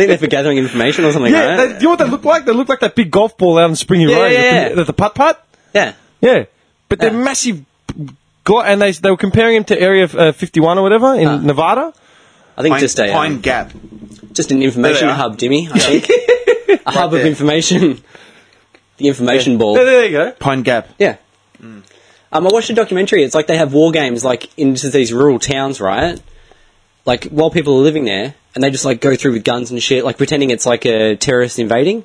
think they're for gathering information or something yeah, like they, that. you know what they look like? They look like that big golf ball out in Springy Yeah, Road, yeah, at yeah. the, at the putt putt. yeah. Yeah, but they're Yeah. massive. glo- And they they were comparing him to Area uh, 51 or whatever in Nevada. I think Pine, just a Pine um, Gap. just an information There they are. hub, Dimmy. I think a hub of there. information. The information Yeah, ball. there you go. Pine Gap. Yeah. Hmm. Um, I watched a documentary. It's like they have war games, like into these rural towns, right? Like while people are living there, and they just like go through with guns and shit, like pretending it's like a terrorist invading.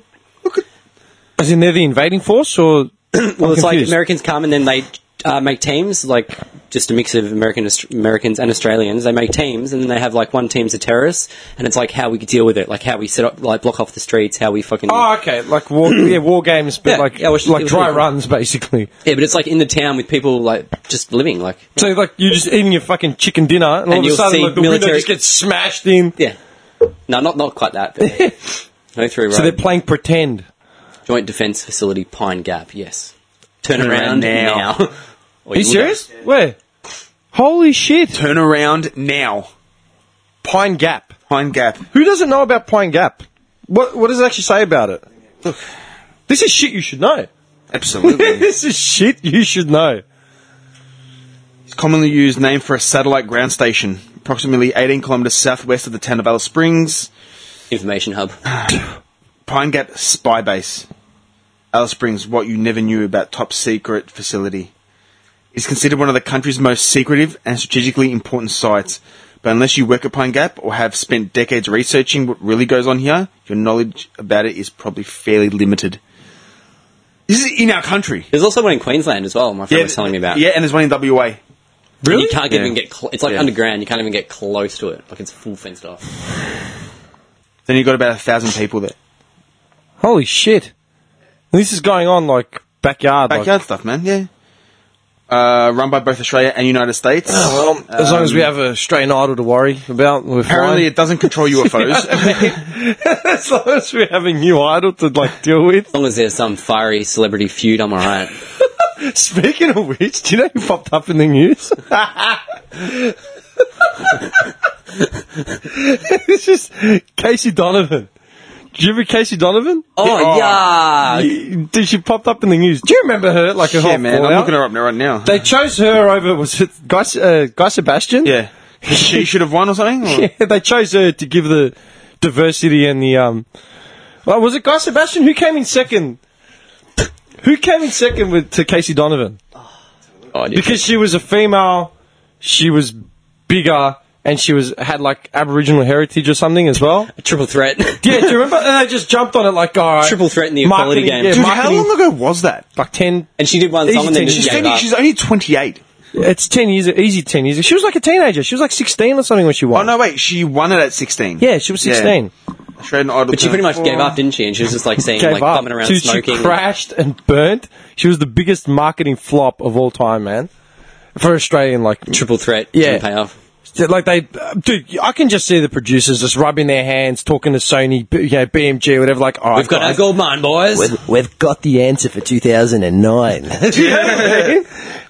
As in, they're the invading force, or Well, it's like confused. Americans come and then they uh, make teams, like just a mix of American Aust- Americans and Australians. They make teams, and then they have like one team's a terrorist, and it's like how we deal with it, like how we set up, like block off the streets, how we fucking. Oh, okay. Like war, yeah, war games, but Yeah, like yeah, which- like it was dry really cool. runs, basically. Yeah, but it's like in the town with people like just living, like So like you're just eating your fucking chicken dinner, and, all of a you'll sudden see like, the window military- just gets smashed in. yeah. No, not not quite that. But no through road. So they're playing pretend. Joint Defence Facility Pine Gap. Yes. Turn, around around now. now. Or Are you will serious? go. Where? Holy shit! Turn around now. Pine Gap. Pine Gap. Who doesn't know about Pine Gap? What What does it actually say about it? This is shit you should know. Absolutely. this is shit you should know. It's a commonly used name for a satellite ground station, approximately 18 kilometers southwest of the town of Alice Springs. Information hub. Pine Gap Spy Base. Alice Springs, what you never knew about top secret facility. It's considered one of the country's most secretive and strategically important sites. But unless you work at Pine Gap or have spent decades researching what really goes on here, your knowledge about it is probably fairly limited. This is in our country. There's also one in Queensland as well. My friend was telling me about. Yeah, and there's one in WA. And You can't even Yeah. get. Cl- it's like Yeah. underground. You can't even get close to it. Like it's full fenced off. Then you've got about a thousand people there. Holy shit! And this is going on like backyard. like- Backyard stuff, man. Yeah. Uh, run by both Australia and United States. well, as long as we have a Australian Idol to worry about, we're Apparently, fine. it doesn't control UFOs. as long as we have a new Idol to like deal with. As long as there's some fiery celebrity feud, I'm all right. Speaking of which, do you know who popped up in the news? it's just Casey Donovan. Do you remember Casey Donovan? oh yeah. Dude, she popped up in the news. Do you remember her? Like her yeah, whole man. I'm fallout? looking her up now right now. They chose her over was it Guy, uh, Guy Sebastian? Yeah. she should have won or something? Or- Yeah, they chose her to give the diversity and the um. Well, was it Guy Sebastian who came in second? Who came in second with to Casey Donovan? Oh, dude. Because she was a female, she was bigger, and she was had like Aboriginal heritage or something as well. Triple threat. Yeah, do you remember? And they just jumped on it like, all right, Triple threat in the equality marketing- game. Yeah, Dude, how marketing- long ago was that? Like ten. and she did one Easy song and then thing. just She's, gave only, up. she's only 28. It's ten years. Easy ten years. She was like a teenager. She was like sixteen or something when she Oh, won. no, wait. She won it at 16. Yeah, she was sixteen. Australian Idol. But she pretty much gave up, didn't she? And she was just like seeing gave like up. bumming around Dude, smoking. She crashed and burnt. She was the biggest marketing flop of all time, man. For Australian, like, Triple threat. Yeah. didn't Pay off. like they, uh, dude, I can just see the producers just rubbing their hands, talking to Sony, B- you know, BMG, whatever. Like, all right, We've got our guys, gold mine, boys. We've, we've got the answer for 2009.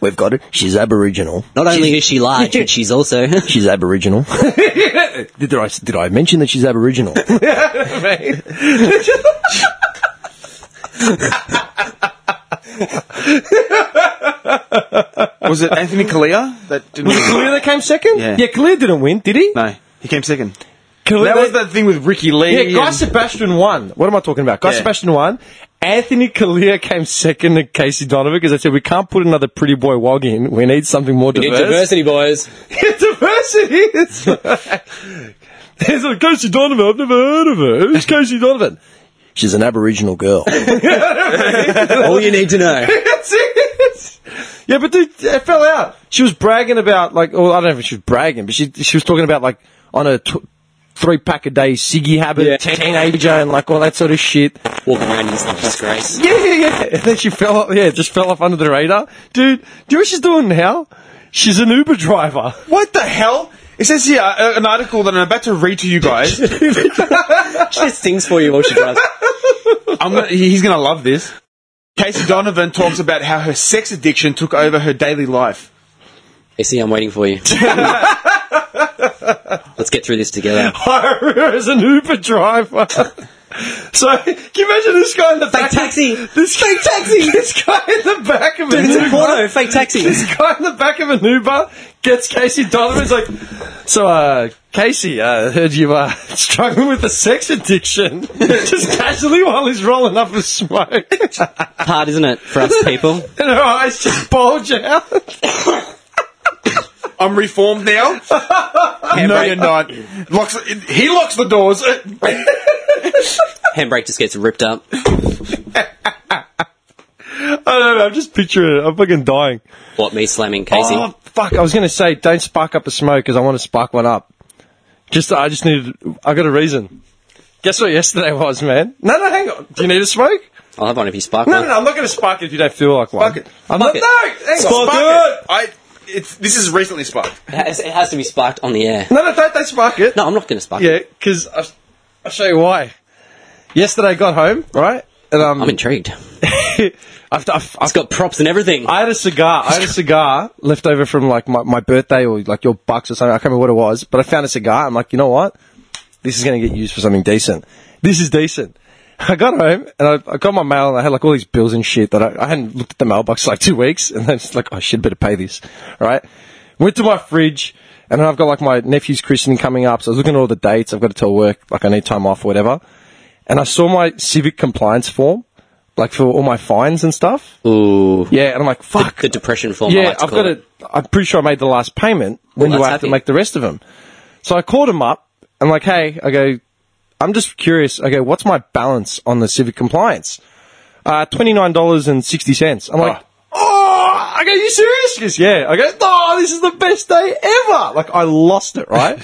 we've got it. She's Aboriginal. Not only is she large, but she's also She's Aboriginal. did, I, did I mention that she's Aboriginal? Was it Anthony Kalia that didn't Was it win? Kalir that came second? Yeah. yeah Kalir didn't win, did he? No, he came second. Kalir- That was the thing with Ricky Lee. Yeah, Guy and- Sebastian won. What am I talking about? Guy Yeah. Sebastian won. Anthony Kalia came second to Casey Donovan because I said we can't put another pretty boy wog in. We need something more Need diverse. diversity, boys. Yeah, diversity. It's like, it's like Casey Donovan. I've never heard of her. Who's Casey Donovan? She's an Aboriginal girl. All you need to know. That's it. Yeah, but dude, it fell out. She was bragging about like, well, I don't know if she was bragging, but she she was talking about like on a tw- three pack a day ciggy habit, Yeah. teenager, and like all that sort of shit. Walking around in this disgrace. Yeah, yeah, yeah. And then she fell off, yeah, just fell off under the radar. Dude, do you know what she's doing now? She's an Uber driver. What the hell? It says here uh, an article that I'm about to read to you guys. She just sings for you while she drives. I'm gonna, he- he's going to love this. Casey Donovan talks about how her sex addiction took over her daily life. Hey, see, I'm waiting for you. Let's get through this together. hire her as an Uber driver. So, can you imagine this guy in the back? taxi. This fake taxi! This guy in the back of an It's Uber. a porno, fake taxi. This guy in the back of an Uber gets Casey Donovan's like, so, uh, Casey, uh, heard you, uh, struggling with a sex addiction. Just casually while he's rolling up a smoke. Hard, isn't it, for us people? and her eyes just bulge out. I'm reformed now. no, you're not. Locks, he locks the doors. Handbrake just gets ripped up. I don't know, I'm just picturing it. I'm fucking dying. What, me slamming Casey? Oh fuck! I was going to say, don't spark up a smoke because I want to spark one up. Just, I just needed. I got a reason. Guess what yesterday was, man? No, no, hang on. Do you need a smoke? I'll have one if you spark No, one. no, no. I'm not going to spark it if you don't feel like one. Spark it. I'm Spark not. it. No, hang on. Spark Spark it. I, it's, this is recently sparked. It has, it has to be sparked on the air. it. No, no, don't, don't spark it. No, I'm not going to spark Yeah, it. because I'll, I'll show you why. Yesterday, I got home right, and um, I'm intrigued. I've, I've, I've It's got props and everything. I had a cigar. I had a cigar left over from like my, my birthday or like your bucks or something. I can't remember what it was, but I found a cigar. I'm like, you know what? This is going to get used for something decent. This is decent. I got home and I, I got my mail and I had like all these bills and shit that I, I hadn't looked at the mailbox for like two weeks and then it's like, oh shit, better pay this. Right? Went to my fridge and then I've got like my nephew's christening coming up. So I was looking at all the dates. I've got to tell work, like I need time off or whatever. And I saw my civic compliance form like for all my fines and stuff. Ooh. Yeah, and I'm like, fuck. The depression form. I yeah, like to I've got call it. I'm pretty sure I made the last payment. When Well, do I that's have to happy. make the rest of them? So I called him up. I'm like, hey, I go, I'm just curious. I go, what's my balance on the civic compliance? Uh, $29.60. I'm like, oh, I go, you serious? She goes, yeah. I go, oh, this is the best day ever. Like, I lost it, right?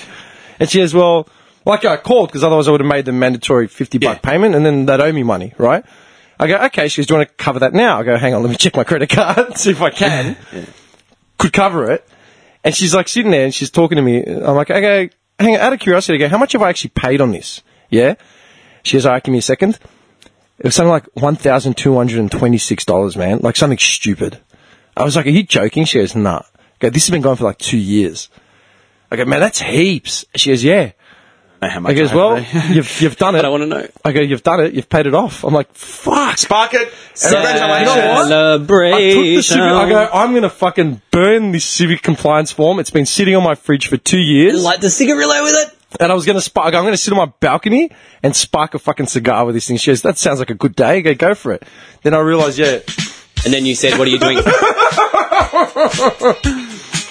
and she goes, well, like I called because otherwise I would have made the mandatory 50 buck payment and then they'd owe me money, right? I go, okay. She goes, do you want to cover that now? I go, hang on, let me check my credit card, see if I can could cover it. And she's like sitting there and she's talking to me. I'm like, okay, hang on, out of curiosity, I go, how much have I actually paid on this? Yeah. She goes, all right, give me a second. It was something like $1,226, man. Like something stupid. I was like, are you joking? She goes, nah. I go, this has been going for like two years. I go, man, that's heaps. She goes, yeah. know how much I goes, have well, today. you've, you've done it. I don't want to know. I go, you've done it. You've paid it off. I'm like, fuck. spark it. Congratulations. you know what? I took the Celebration. civic. I go. I'm going to fucking burn this civic compliance form. It's been sitting on my fridge for two years, Light the cigarette with it. and I was going to spark. I'm going to sit on my balcony and spark a fucking cigar with this thing. She goes, "That sounds like a good day. Go, go for it." Then I realized, yeah. And then you said, "What are you doing?"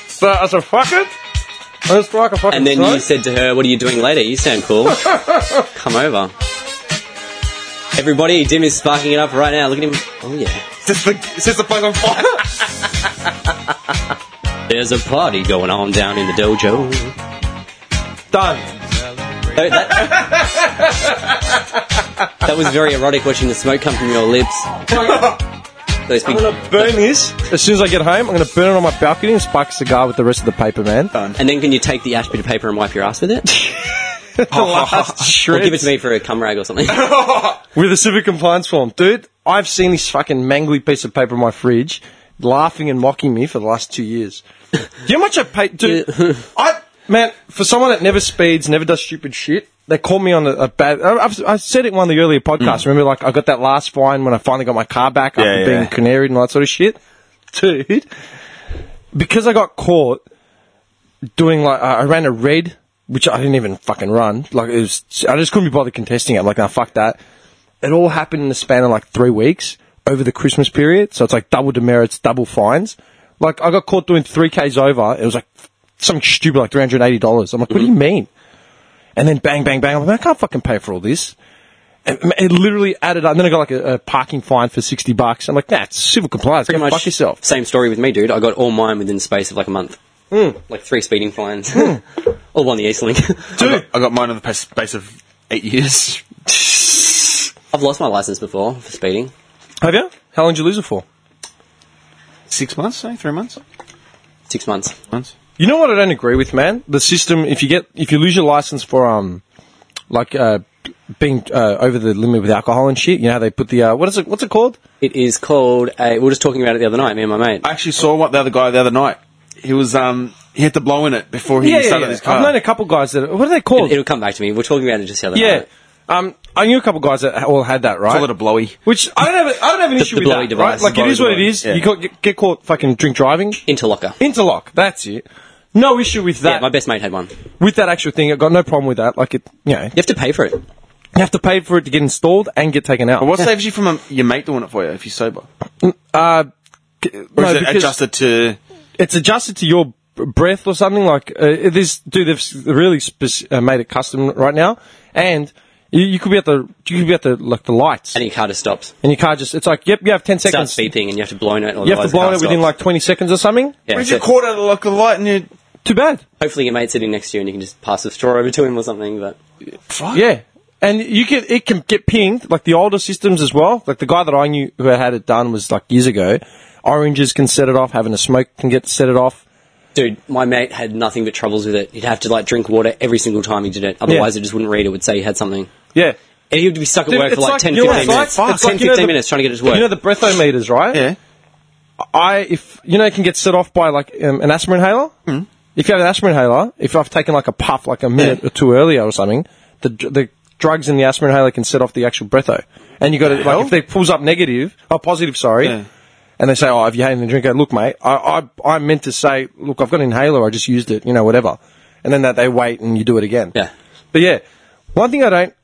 So I said, "Fuck it." I strike a fucking. and then you strike. said to her, "What are you doing later? You sound cool. Come over." Everybody, Dim is sparking it up right now. Look at him. Oh yeah. Since the, since the place on fire. There's a party going on down in the dojo. done. That, that, that was very erotic watching the smoke come from your lips. Those big, I'm going to burn this as soon as I get home. I'm going to burn it on my balcony and spark a cigar with the rest of the paper, man. and then can you take the ash bit of paper and wipe your ass with it? The last or shreds. give it to me for a cum rag or something. with a civic compliance form. Dude, I've seen this fucking mangly piece of paper in my fridge laughing and mocking me for the last two years. Do you know how much I paid? Dude, I, man, for someone that never speeds, never does stupid shit, they called me on a, a bad. I, I've, I said it in one of the earlier podcasts. Remember, like, I got that last fine when I finally got my car back after Mm. yeah. being canaried and all that sort of shit? Dude, because I got caught doing like I I ran a red, which I didn't even fucking run. Like it was, I just couldn't be bothered contesting it. Like, nah, fuck that. It all happened in the span of like three weeks over the Christmas period. So it's like double demerits, double fines. Like I got caught doing three k's over. It was like something stupid, like three hundred eighty dollars. I'm like, what do you mean? And then bang, bang, bang. I'm like, I can't fucking pay for all this. And m- it literally added up. And then I got like a, a parking fine for sixty bucks. I'm like, nah, it's civil compliance. Go Pretty much fuck yourself. Same story with me, dude. I got all mine within the space of like a month. Hmm. Like three speeding fines. all one the Eastlink. I got, I got mine in the pa- space of eight years. I've lost my license before for speeding. Have you? How long did you lose it for? Six months, eh? Three months? Six months. Months. You know what I don't agree with, man? The system. If you get, if you lose your license for um, like uh, being uh, over the limit with alcohol and shit, you know how they put the uh, what is it? What's it called? It is called a. We were just talking about it the other night, me and my mate. I actually saw what the other guy the other night. He was, um, he had to blow in it before he started his car. I've known a couple guys that. What are they called? It'll come back to me. We're talking about it just the other yeah. night. Um, I knew a couple guys that all had that, right? Call it a blowy. Which I don't have. I don't have an issue the with blowy that, device. right? Like it Blowy is what it device, is. yeah. You got, get, get caught fucking drink driving. Interlocker. Interlock. That's it. No issue with Yeah, that. my best mate had one. You with that actual thing, I got no problem with that. Like it, you know, have to pay for it. you have to pay for it to get installed and get taken out. But what saves you from um your mate doing it for you if you're sober? Uh, g- Or no, is it because- adjusted to. it's adjusted to your b- breath or something like uh, this dude they've s- really spec- uh, made it custom right now and you, you could be at the you could be at the like the lights And your car just stops. and your car just it's like yep you have 10 Starts seconds you beeping and you have to blow in it. You have to blow it within like 20 seconds or something Yeah, What if so you caught out of like a light and you. too bad hopefully your mate's sitting next to you and you can just pass the straw over to him or something. But Fuck. yeah and you can it can get pinged like the older systems as well like the guy that I knew who had it done was like years ago oranges can set it off having a smoke can get set it off Dude, my mate had nothing but troubles with it. He'd have to like drink water every single time he did it. Otherwise, Yeah. it just wouldn't read. It would say he had something. yeah And he would be stuck at Dude, work for it's like, like- 10, you know 15 what it's like? It's minutes. 10, like, you know 15 the- minutes trying to get it to work. you know the breathometers right Yeah. I if you know it can get set off by like um, an asthma inhaler. Mm. If you have an asthma inhaler, if I've taken like a puff like a minute or two earlier or something, the dr- the drugs in the asthma inhaler can set off the actual breatho. And you got to like if they pulls up negative or positive, sorry. Yeah. And they say, "Oh, have you had anything to drink?" I go, look, mate, I, I I meant to say, look, I've got an inhaler. I just used it, you know, whatever. And then that they wait and you do it again. yeah. But yeah, one thing I don't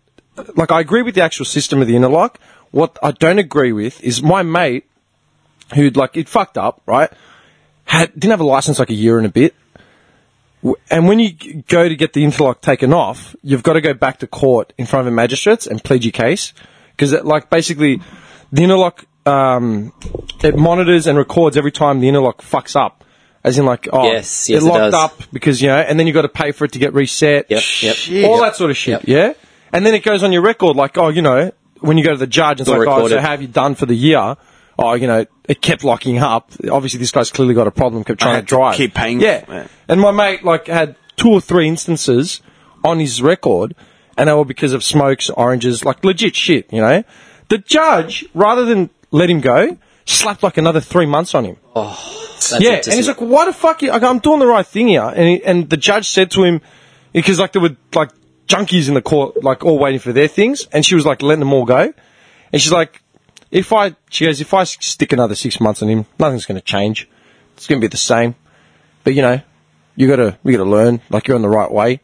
like, I agree with the actual system of the interlock. What I don't agree with is my mate, who'd like, it fucked up, right? Had, didn't have a license like a year and a bit. W- And when you g- go to get the interlock taken off, you've got to go back to court in front of the magistrates and plead your case. Because, like, basically, the interlock, um, it monitors and records every time the interlock fucks up. As in, like, oh, Yes, yes, it it locked does. up because, you know, and then you've got to pay for it to get reset. Yep, yep. Shit. All that sort of shit, yeah? And then it goes on your record, like, oh, you know, when you go to the judge, it's You'll like, oh, record so it. how have you done for the year? Oh, you know, it kept locking up. Obviously, this guy's clearly got a problem, kept trying had to to drive. keep paying- Yeah. Yeah. And my mate, like, had two or three instances on his record, and they were because of smokes, oranges, like, legit shit, you know? The judge, rather than let him go, slapped, like, another three months on him. That's Yeah, it, and he's isn't like, "Why the fuck? You, like, I'm doing the right thing here." And he, and the judge said to him, because like there were like junkies in the court, like all waiting for their things, and she was like letting them all go, and she's like, "If I," she goes, "If I s- stick another six months on him, nothing's going to change. It's going to be the same." But you know, you gotta you gotta learn. Like you're on the right way.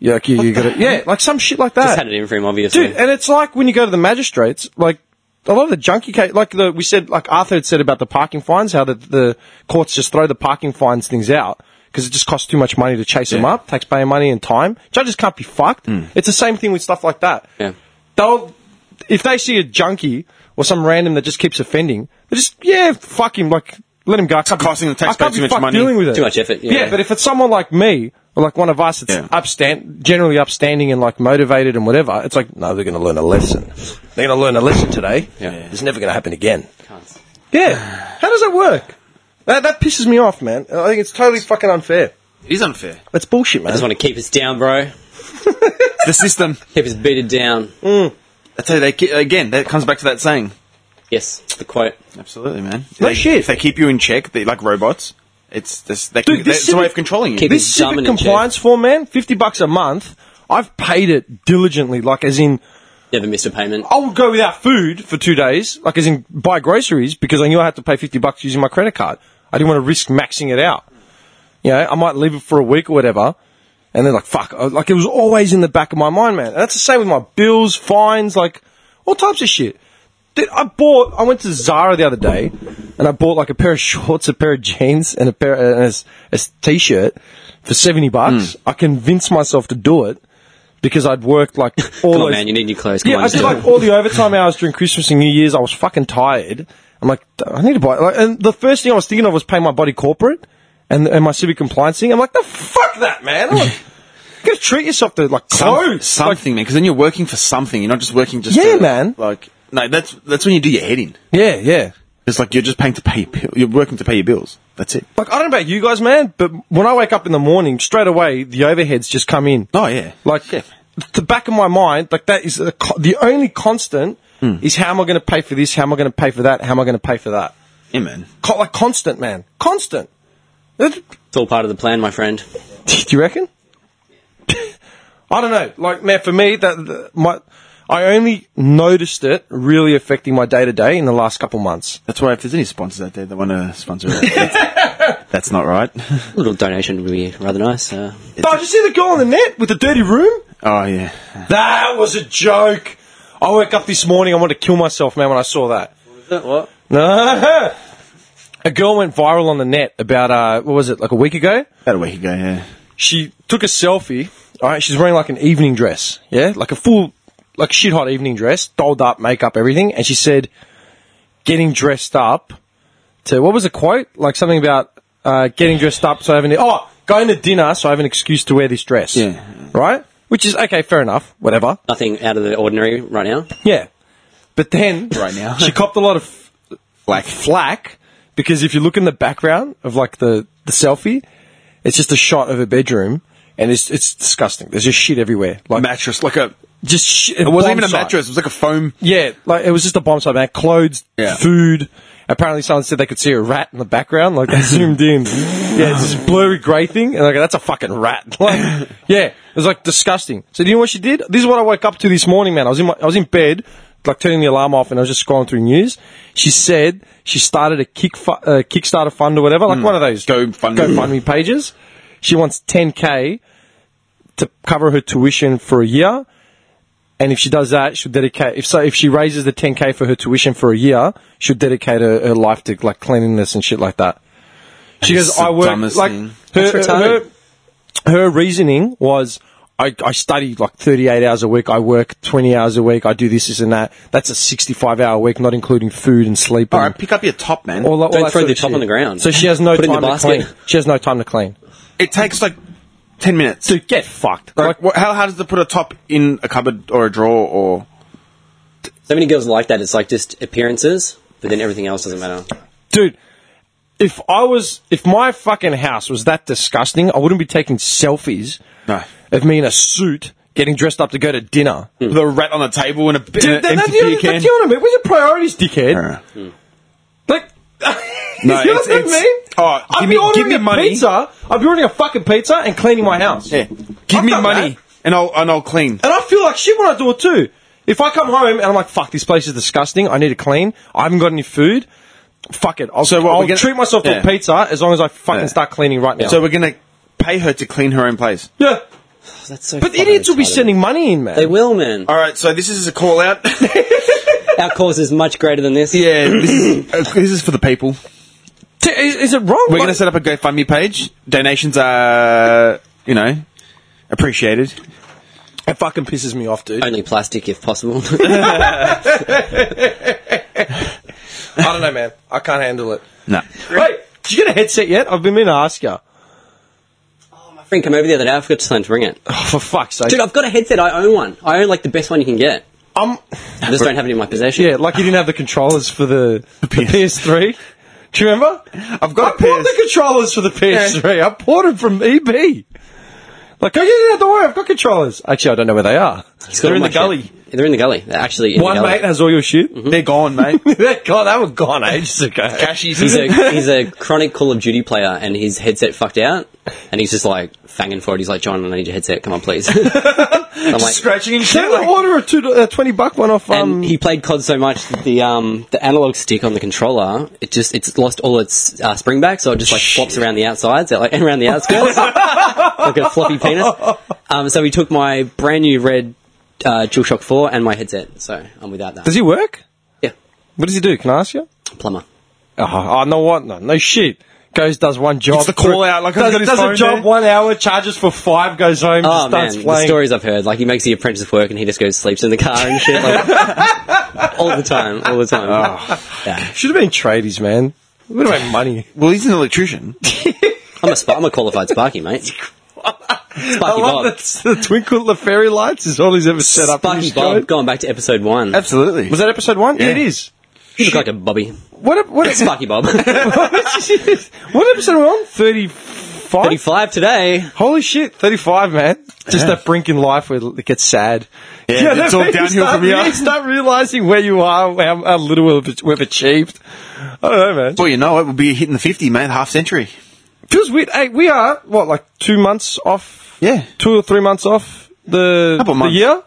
Yeah, like, you, you gotta yeah, like some shit like that. Just had it in for him, obviously. Dude, and it's like when you go to the magistrates, like a lot of the junkie case, like the we said, like Arthur had said about the parking fines, how the, the courts just throw the parking fines things out because it just costs too much money to chase them up, taxpayer money and time. Judges can't be fucked. It's the same thing with stuff like that. Yeah. They'll if they see a junkie or some random that just keeps offending, they just yeah, fuck him, like let him go. It's costing the taxpayer too much money. Dealing with it. Too much effort, yeah. yeah, but if it's someone like me or like one of us that's Yeah. upstand generally upstanding and like motivated and whatever, it's like No, they're going to learn a lesson. They're going to learn a lesson today. Yeah. It's never going to happen again. Yeah. How does that work? That, that pisses me off, man. I think it's totally fucking unfair. It is unfair. That's bullshit, man. I just want to keep us down, bro. the system. Keep us beaten down. Mm. I tell you, they, ke- again, that comes back to that saying. Yes, the quote. Absolutely, man. No they, shit. If they keep you in check, they, like robots, it's this. They Dude, can, this that's a civic- way of controlling you. Keep this He's dumb civic in it, Jeff. compliance form, man, 50 bucks a month. I've paid it diligently, like as in, Never missed a payment. I would go without food for two days, like as in buy groceries because I knew I had to pay 50 bucks using my credit card. I didn't want to risk maxing it out. You know, I might leave it for a week or whatever. And then like, fuck, I- like it was always in the back of my mind, man. And that's the same with my bills, fines, like all types of shit. Dude, I bought, I went to Zara the other day and I bought like a pair of shorts, a pair of jeans and a pair, uh, and a s- a s- t-shirt for 70 bucks. Hmm. I convinced myself to do it because I'd worked like all Come on, those- man, you need new clothes. Come yeah, on, I just did do it. like all the overtime hours during Christmas and New Year's. I was fucking tired. I'm like, I need to buy. Like, and the first thing I was thinking of was paying my body corporate and and my civic compliance thing. I'm like, the fuck that, man. I'm like, you gotta treat yourself to like Some- clothes. Like, something, man. Because then you're working for something. You're not just working just. Yeah, to, man. Like no, that's that's when you do your head in. yeah, yeah. It's like you're just paying to pay. your bill- You're working to pay your bills. That's it. Like I don't know about you guys, man, but when I wake up in the morning, straight away the overheads just come in. Oh yeah. Like Yeah. the back of my mind, like that is the, co- the only constant Hmm. is how am I going to pay for this? How am I going to pay for that? How am I going to pay for that? yeah, man. Co- like constant, man, constant. That- It's all part of the plan, my friend. Do you reckon? I don't know. Like, man, for me, that the, my I only noticed it really affecting my day to day in the last couple months. That's why if there's any sponsors out there that want to sponsor us, that's, that's not right. A little donation would be rather nice. Uh, Oh, did you see the girl on the net with the dirty room? Oh yeah. That was a joke. I woke up this morning. I wanted to kill myself, man, when I saw that. what? No. A girl went viral on the net about uh, what was it, like a week ago? About a week ago. Yeah. she took a selfie. All right, she's wearing like an evening dress, yeah, like a full, like shit hot evening dress, dolled up, makeup, everything. And she said, "Getting dressed up to what was the quote? Like something about uh, getting dressed up so I have an oh going to dinner so I have an excuse to wear this dress, Yeah. right? Which is okay, fair enough, whatever, Nothing out of the ordinary right now. yeah. But then Right now. she copped a lot of Like flack because if you look in the background of like the, the selfie, it's just a shot of her bedroom and it's it's disgusting. There's just shit everywhere. Like mattress, like a. just shit, It wasn't even a mattress. It was like a foam. Yeah, like it was just a bomb site, man. Clothes, Yeah. food. Apparently, someone said they could see a rat in the background. Like they zoomed in. yeah, it's this blurry grey thing, and like that's a fucking rat. Like, yeah, it was like disgusting. So do you know what she did? This is what I woke up to this morning, man. I was in my, I was in bed, like turning the alarm off, and I was just scrolling through news. She said she started a kick fu- uh, Kickstarter fund or whatever, like one of those GoFundMe. GoFundMe pages. She wants 10k to cover her tuition for a year And if she does that, she'll dedicate. If so, if she raises the 10k for her tuition for a year, she'll dedicate her, her life to like cleanliness and shit like that. She That's goes, the "I work dumbest like thing. her, That's her, retarded. her reasoning was." I, I study like 38 hours a week. I work 20 hours a week. I do this, this, and that. That's a 65 hour week, not including food and sleep. All and- right, pick up your top, man. all that- all Don't that throw sort the of top shit. on the ground. So she has no Put it in time the to basket. clean. She has no time to clean. it takes like ten minutes. Dude, get fucked. Like, wh- how hard is it to put a top in a cupboard or a drawer or? So many girls like that. It's like just appearances, but then everything else doesn't matter. dude. If I was, if my fucking house was that disgusting, I wouldn't be taking selfies No. of me in a suit getting dressed up to go to dinner. With a rat on the table and a bit Dude, of that, empty that's the beer only, can. that's the only, man. Where's your priorities, dickhead? Uh, Like, No, you know it's- what I it's- mean? Oh, I'd give be me- ordering give me a money. pizza. I'd be ordering a fucking pizza and cleaning my house. yeah. Give I've me done money that. and I'll and I'll clean. And I feel like shit when I do it too. If I come home and I'm like, fuck, this place is disgusting. I need to clean. I haven't got any food. Fuck it. I'll, So what, I'll we're gonna- treat myself to Yeah. a pizza as long as I fucking Yeah. start cleaning right now. So we're gonna pay her to clean her own place. yeah. That's so But fucking idiots will be retarded. sending money in, man. They will, man. All right, so this is a call out. Our cause is much greater than this. yeah, this is, uh, this is for the people. T- is, is it wrong? We're Like- going to set up a GoFundMe page. Donations are, you know, appreciated. it fucking pisses me off, dude. I, Only plastic, if possible. don't know, man. I can't handle it. No. Wait, did you get a headset yet? I've been meaning to ask you. My friend came over the other day. I forgot to tell him to bring it. Oh, for fuck's sake. Dude, I've got a headset. I own one. I own like the best one you can get. I'm, I just don't have it in my possession. Um, yeah, like you didn't have the controllers for the, the PS3. Do you remember? I've got I a bought PS. the controllers for the PS3. I bought them from EB. Like, oh yeah, yeah, don't worry, I've got controllers. Actually, I don't know where they are. He's got They're all in my the gully. shit. They're in the gully. They're actually in One the gully. mate has all your shit. They're gone, mate. They're gone. They were gone ages ago. Cashies. He's a he's a chronic Call of Duty player, and his headset fucked out, and he's just like fanging for it. He's like, John, I need your headset. Come on, please. I'm like, scratching and shit. Can I Like, order a two, uh, 20 buck one off? Um, and he played COD so much that the um the analog stick on the controller it just it's lost all its uh, spring back, so it just like flops around the outsides, uh, like and around the outskirts, like a floppy penis. Um, so he took my brand new red uh, DualShock Four and my headset, so I'm without that. does he work? yeah, What does he do? Can I ask you? plumber. Oh, I know what. No, no shit. Goes does one job. It's the call out, like, I've does, got his does phone a job there. one hour, charges for five, goes home, Oh just man, starts the playing. stories I've heard, like he makes the apprentice work and he just goes sleeps in the car and shit, like, all the time, all the time. Yeah. Should have been tradies, man. What about money? well, he's an electrician. I'm a spa- I'm a qualified Sparky, mate. Sparky I love Bob. that the twinkle of the fairy lights is all he's ever set up. in Sparky his Bob. code. Going back to episode one, Absolutely. Was that episode one? Yeah, it is. you look like a Bobby. What? What? Sparky Bob. what episode one? Thirty-five. 35 today. Holy shit, thirty-five, man! Just that brink in life where it gets sad. Yeah, it's all downhill from here. You start realizing where you are, how, how little we've, we've achieved. I don't know, man. Well, you know, it would be hitting the 50, mate, half century. Feels weird. Hey, we are what like two months off? Yeah. two or three months off the Couple the months. year.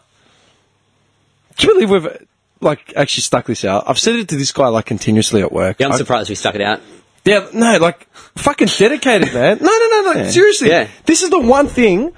Can you believe we've like actually stuck this out? I've said it to this guy like continuously at work. Yeah, I'm I- surprised we stuck it out. Yeah, no, like fucking dedicated, man. No, no, no, no. Seriously, Yeah. this is the one thing.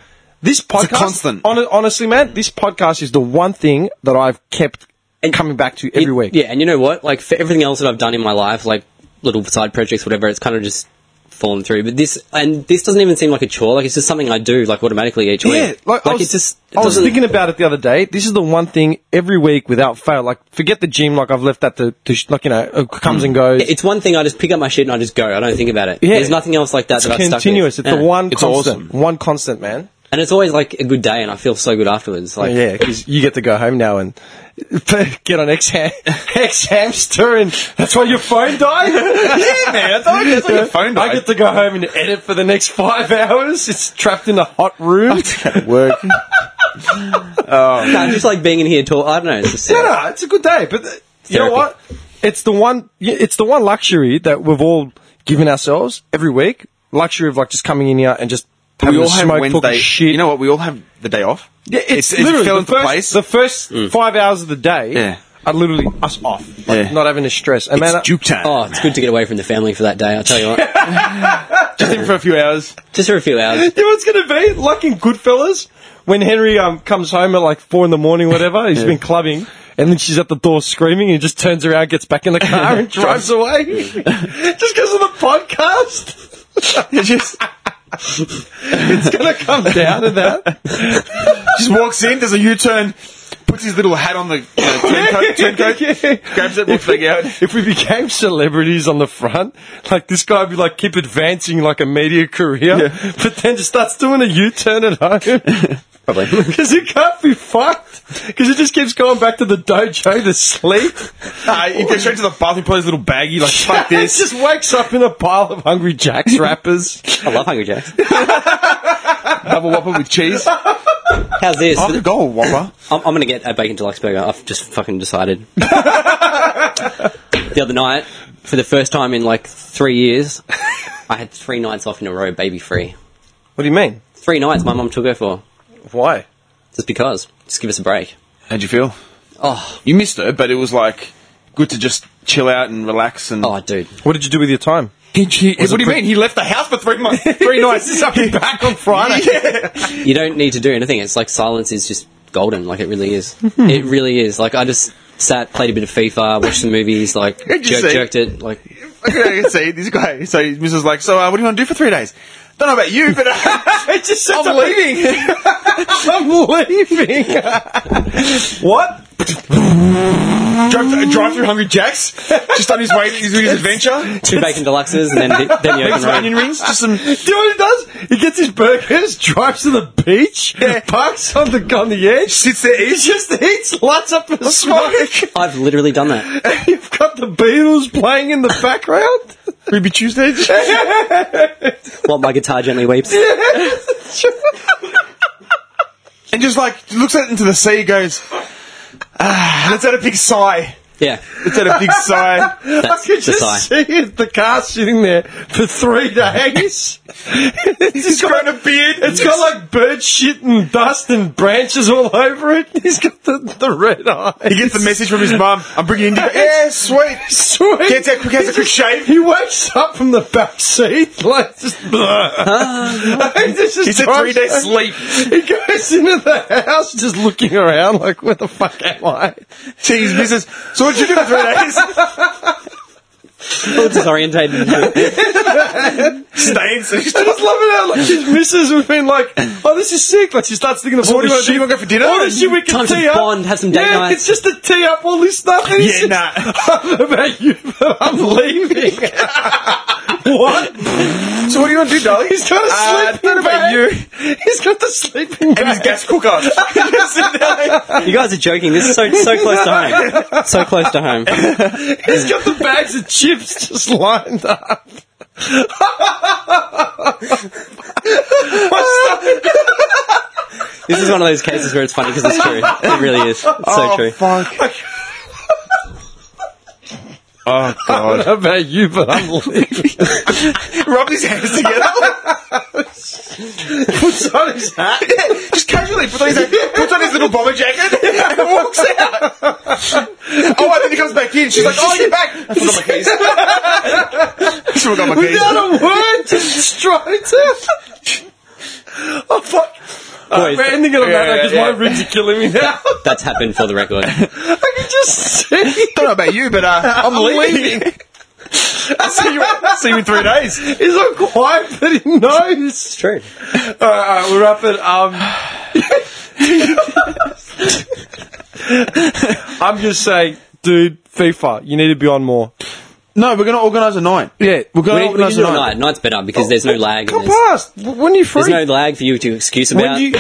This podcast, constant. hon- honestly, man, this podcast is the one thing that I've kept coming back to every It- week. Yeah, and you know what? Like, for everything else that I've done in my life, like little side projects, whatever, it's kind of just fallen through. But this, and this doesn't even seem like a chore. Like, it's just something I do, like, automatically each week. Yeah, like, I was, it's just. it I was doesn't- thinking about it the other day. This is the one thing every week without fail. Like, forget the gym. Like, I've left that to, to sh- like you know, it comes and goes. It's one thing I just pick up my shit and I just go. I don't think about it. Yeah. There's nothing else like that It's that I've stuck continuous. with. It's the Yeah. one It's constant. awesome. One constant, man. And it's always like a good day and I feel so good afterwards. Like, Yeah, because you get to go home now and get on X X hamster, and that's why your phone died. yeah, man, that's why that's why your phone I died. get to go home and edit for the next five hours. It's trapped in a hot room. Work. no, I just like being in here talk. I don't know. It's just no, no, it's a good day, but uh, you know Therapy. what? It's the one. yeah, It's the one luxury that we've all given ourselves every week. Luxury of like just coming in here and just. we having a all have smoke, Wednesday. talking shit. You know what? We all have the day off. Yeah, It's- it's, it literally fell the into first, place. Mm. The first five hours of the day Yeah. are literally us off, like, Yeah. not having a stress. And man, It's Duke time. Oh, it's good to get away from the family for that day. I'll tell you what. Just in for a few hours. just for a few hours. you know what's gonna be like in Goodfellas when Henry um, comes home at like four in the morning, whatever, he's been clubbing. And then she's at the door screaming, and he just turns around, gets back in the car, and drives away. just because of the podcast. just, It's going to come down to that. just walks in, does a U turn, puts his little hat on the uh, turncoat, turncoat grabs it, walks back out. If we became celebrities on the front, like this guy would be like, keep advancing like a media career, Yeah. but then just starts doing a U turn at home. Probably. Because he can't be fucked. Because he just keeps going back to the dojo to sleep. Uh, he goes straight to the bathroom, put his little baggie, like, fuck this. just wakes up in a pile of Hungry Jack's wrappers. I love Hungry Jacks. have a whopper with cheese. How's this? I Oh. could go a whopper. I'm, I'm going to get a bacon deluxe burger. I've just fucking decided. the other night, for the first time in like three years, I had three nights off in a row, baby free. What do you mean? Three nights my mum took her for. Why? Just because. Just give us a break. How'd you feel? Oh, You missed her, but it was like good to just chill out and relax. And oh, dude. What did you do with your time? He- he- what do you pre- mean? He left the house for three months, three nights. He's up and back on Friday. You don't need to do anything. It's like silence is just golden. Like it really is. it really is. Like I just sat, played a bit of FIFA, watched some movies, like What'd you jerk, say? jerked it. Like I can see this guy. So Mrs. Like, so uh, what do you want to do for three days? Don't know about you, but uh, just said I'm to me- leaving. I'm leaving. what? drive, uh, drive through Hungry Jacks. Just on his way, he's with his adventure. two bacon deluxes, and then then you Some open onion road. rings. Just some. Do you know what he does? He gets his burgers, drives to the beach, Yeah. parks on the on the edge, Sits there, He eats. just eats, lights up a smoke. I've literally done that. and You've got the Beatles playing in the background. Ruby Tuesday. While my guitar gently weeps. and just like looks out into the sea, goes. Ah, let's out a big sigh. Yeah. Let's out a big sigh. I could That's the just sigh. see it, the car sitting there for three days. it's He's grown a beard. It's got like bird shit and dust and branches all over it. He's got the, the red eye. He gets the message from his mum. I'm bringing India. Yeah, sweet. Sweet. Gets a quick, has a quick shave. He wakes up from the back seat, like just. Ah, He said three days sleep. He goes into the house, just looking around, like, where the fuck am I? Jeez, Mrs. So what did you do for three days? All disorientated. Stains. I just love it how like, his missus has been like, oh, this is sick. Like, she starts thinking of all what do this you wanna do? shit. You wanna go for dinner? All this shit we can Time to tee up. bond, have some date yeah, night. it's just to tee up all this stuff. And Yeah, he's just, nah. "I'm about you, but I'm leaving. what? So what do you want to do, darling? He's got a Uh, sleeping not about bag. you. He's got the sleeping And his bag. gas cooker. you guys are joking. This is so so close to home. So close to home. He's got the bags of chips just lined up. This is one of those cases where it's funny because it's true. It really is. It's so true. Oh, fuck. Oh god! How about you, but I'm leaving. Rub his hands together. Puts on his hat. Just casually puts on his puts on his little bomber jacket and walks out. Oh, and then he comes back in. She's like, "Oh, you're back." I forgot my keys. I forgot my keys. Without a word, just straight out. Oh, fuck. Boys, We're ending it on Yeah, that because yeah, my ribs are killing me now. that's happened for the record. I can just see. don't know about you, but uh, I'm, leaving. I'll see you, see you in three days. He's not quiet, but he knows. It's true. All right, all right, we're up at. Um, I'm just saying, dude, FIFA, you need to be on more. No, we're going to organise a night. Yeah, we're going to We, we can organise a do it night. night. Night's better because there's no lag. Oh. Come And there's, past. W- When are you free? there's no lag for you to excuse when about. you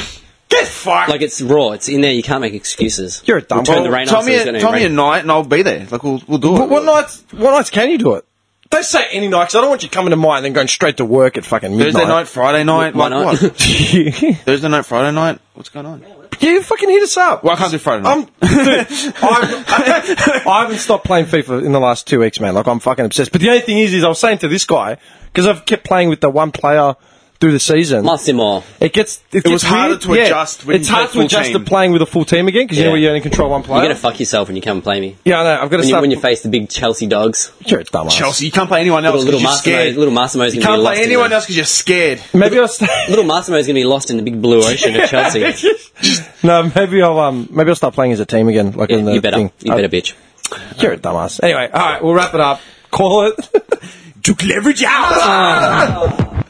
get fucked. Like it's raw. It's in there. You can't make excuses. You're a dumb We'll turn Well, the rain tell off. me, so there's a, no tell me a rain. night, and I'll be there. Like we'll we'll do it. But what nights? What nights can you do it? They say any night 'cause I don't want you coming to mine and then going straight to work at fucking midnight. Thursday night, Friday night. Why Like not? what? night. Thursday night, Friday night. What's going on? Yeah, fucking hit us up. Well, I can't do Friday night. I'm, dude, I'm, I haven't stopped playing FIFA in the last two weeks, man. Like I'm fucking obsessed. But the only thing is, is I was saying to this guy because I've kept playing with the one player through the season, Months in more. it gets it, gets was harder to weird. adjust when it's you play hard to full adjust team. to playing with a full team again because you Yeah. know you only control one You're player. going to fuck yourself when you come and play me. yeah, I know. I've got to When you, start. when you face the big Chelsea dogs. You're a dumbass. Chelsea, you can't play anyone else Little, little because you're Massimo, scared. little Massimo's you going to be can't lost. play in anyone the- else because you're scared. Maybe I'll. Start- Little Massimo's going to be lost in the big blue ocean of Chelsea. no, maybe I'll um, maybe I'll start playing as a team again. Like in Yeah, the you better. thing. You Uh, better, bitch. You're a dumbass. Anyway, all right, we'll wrap it up. Call it. Took leverage out.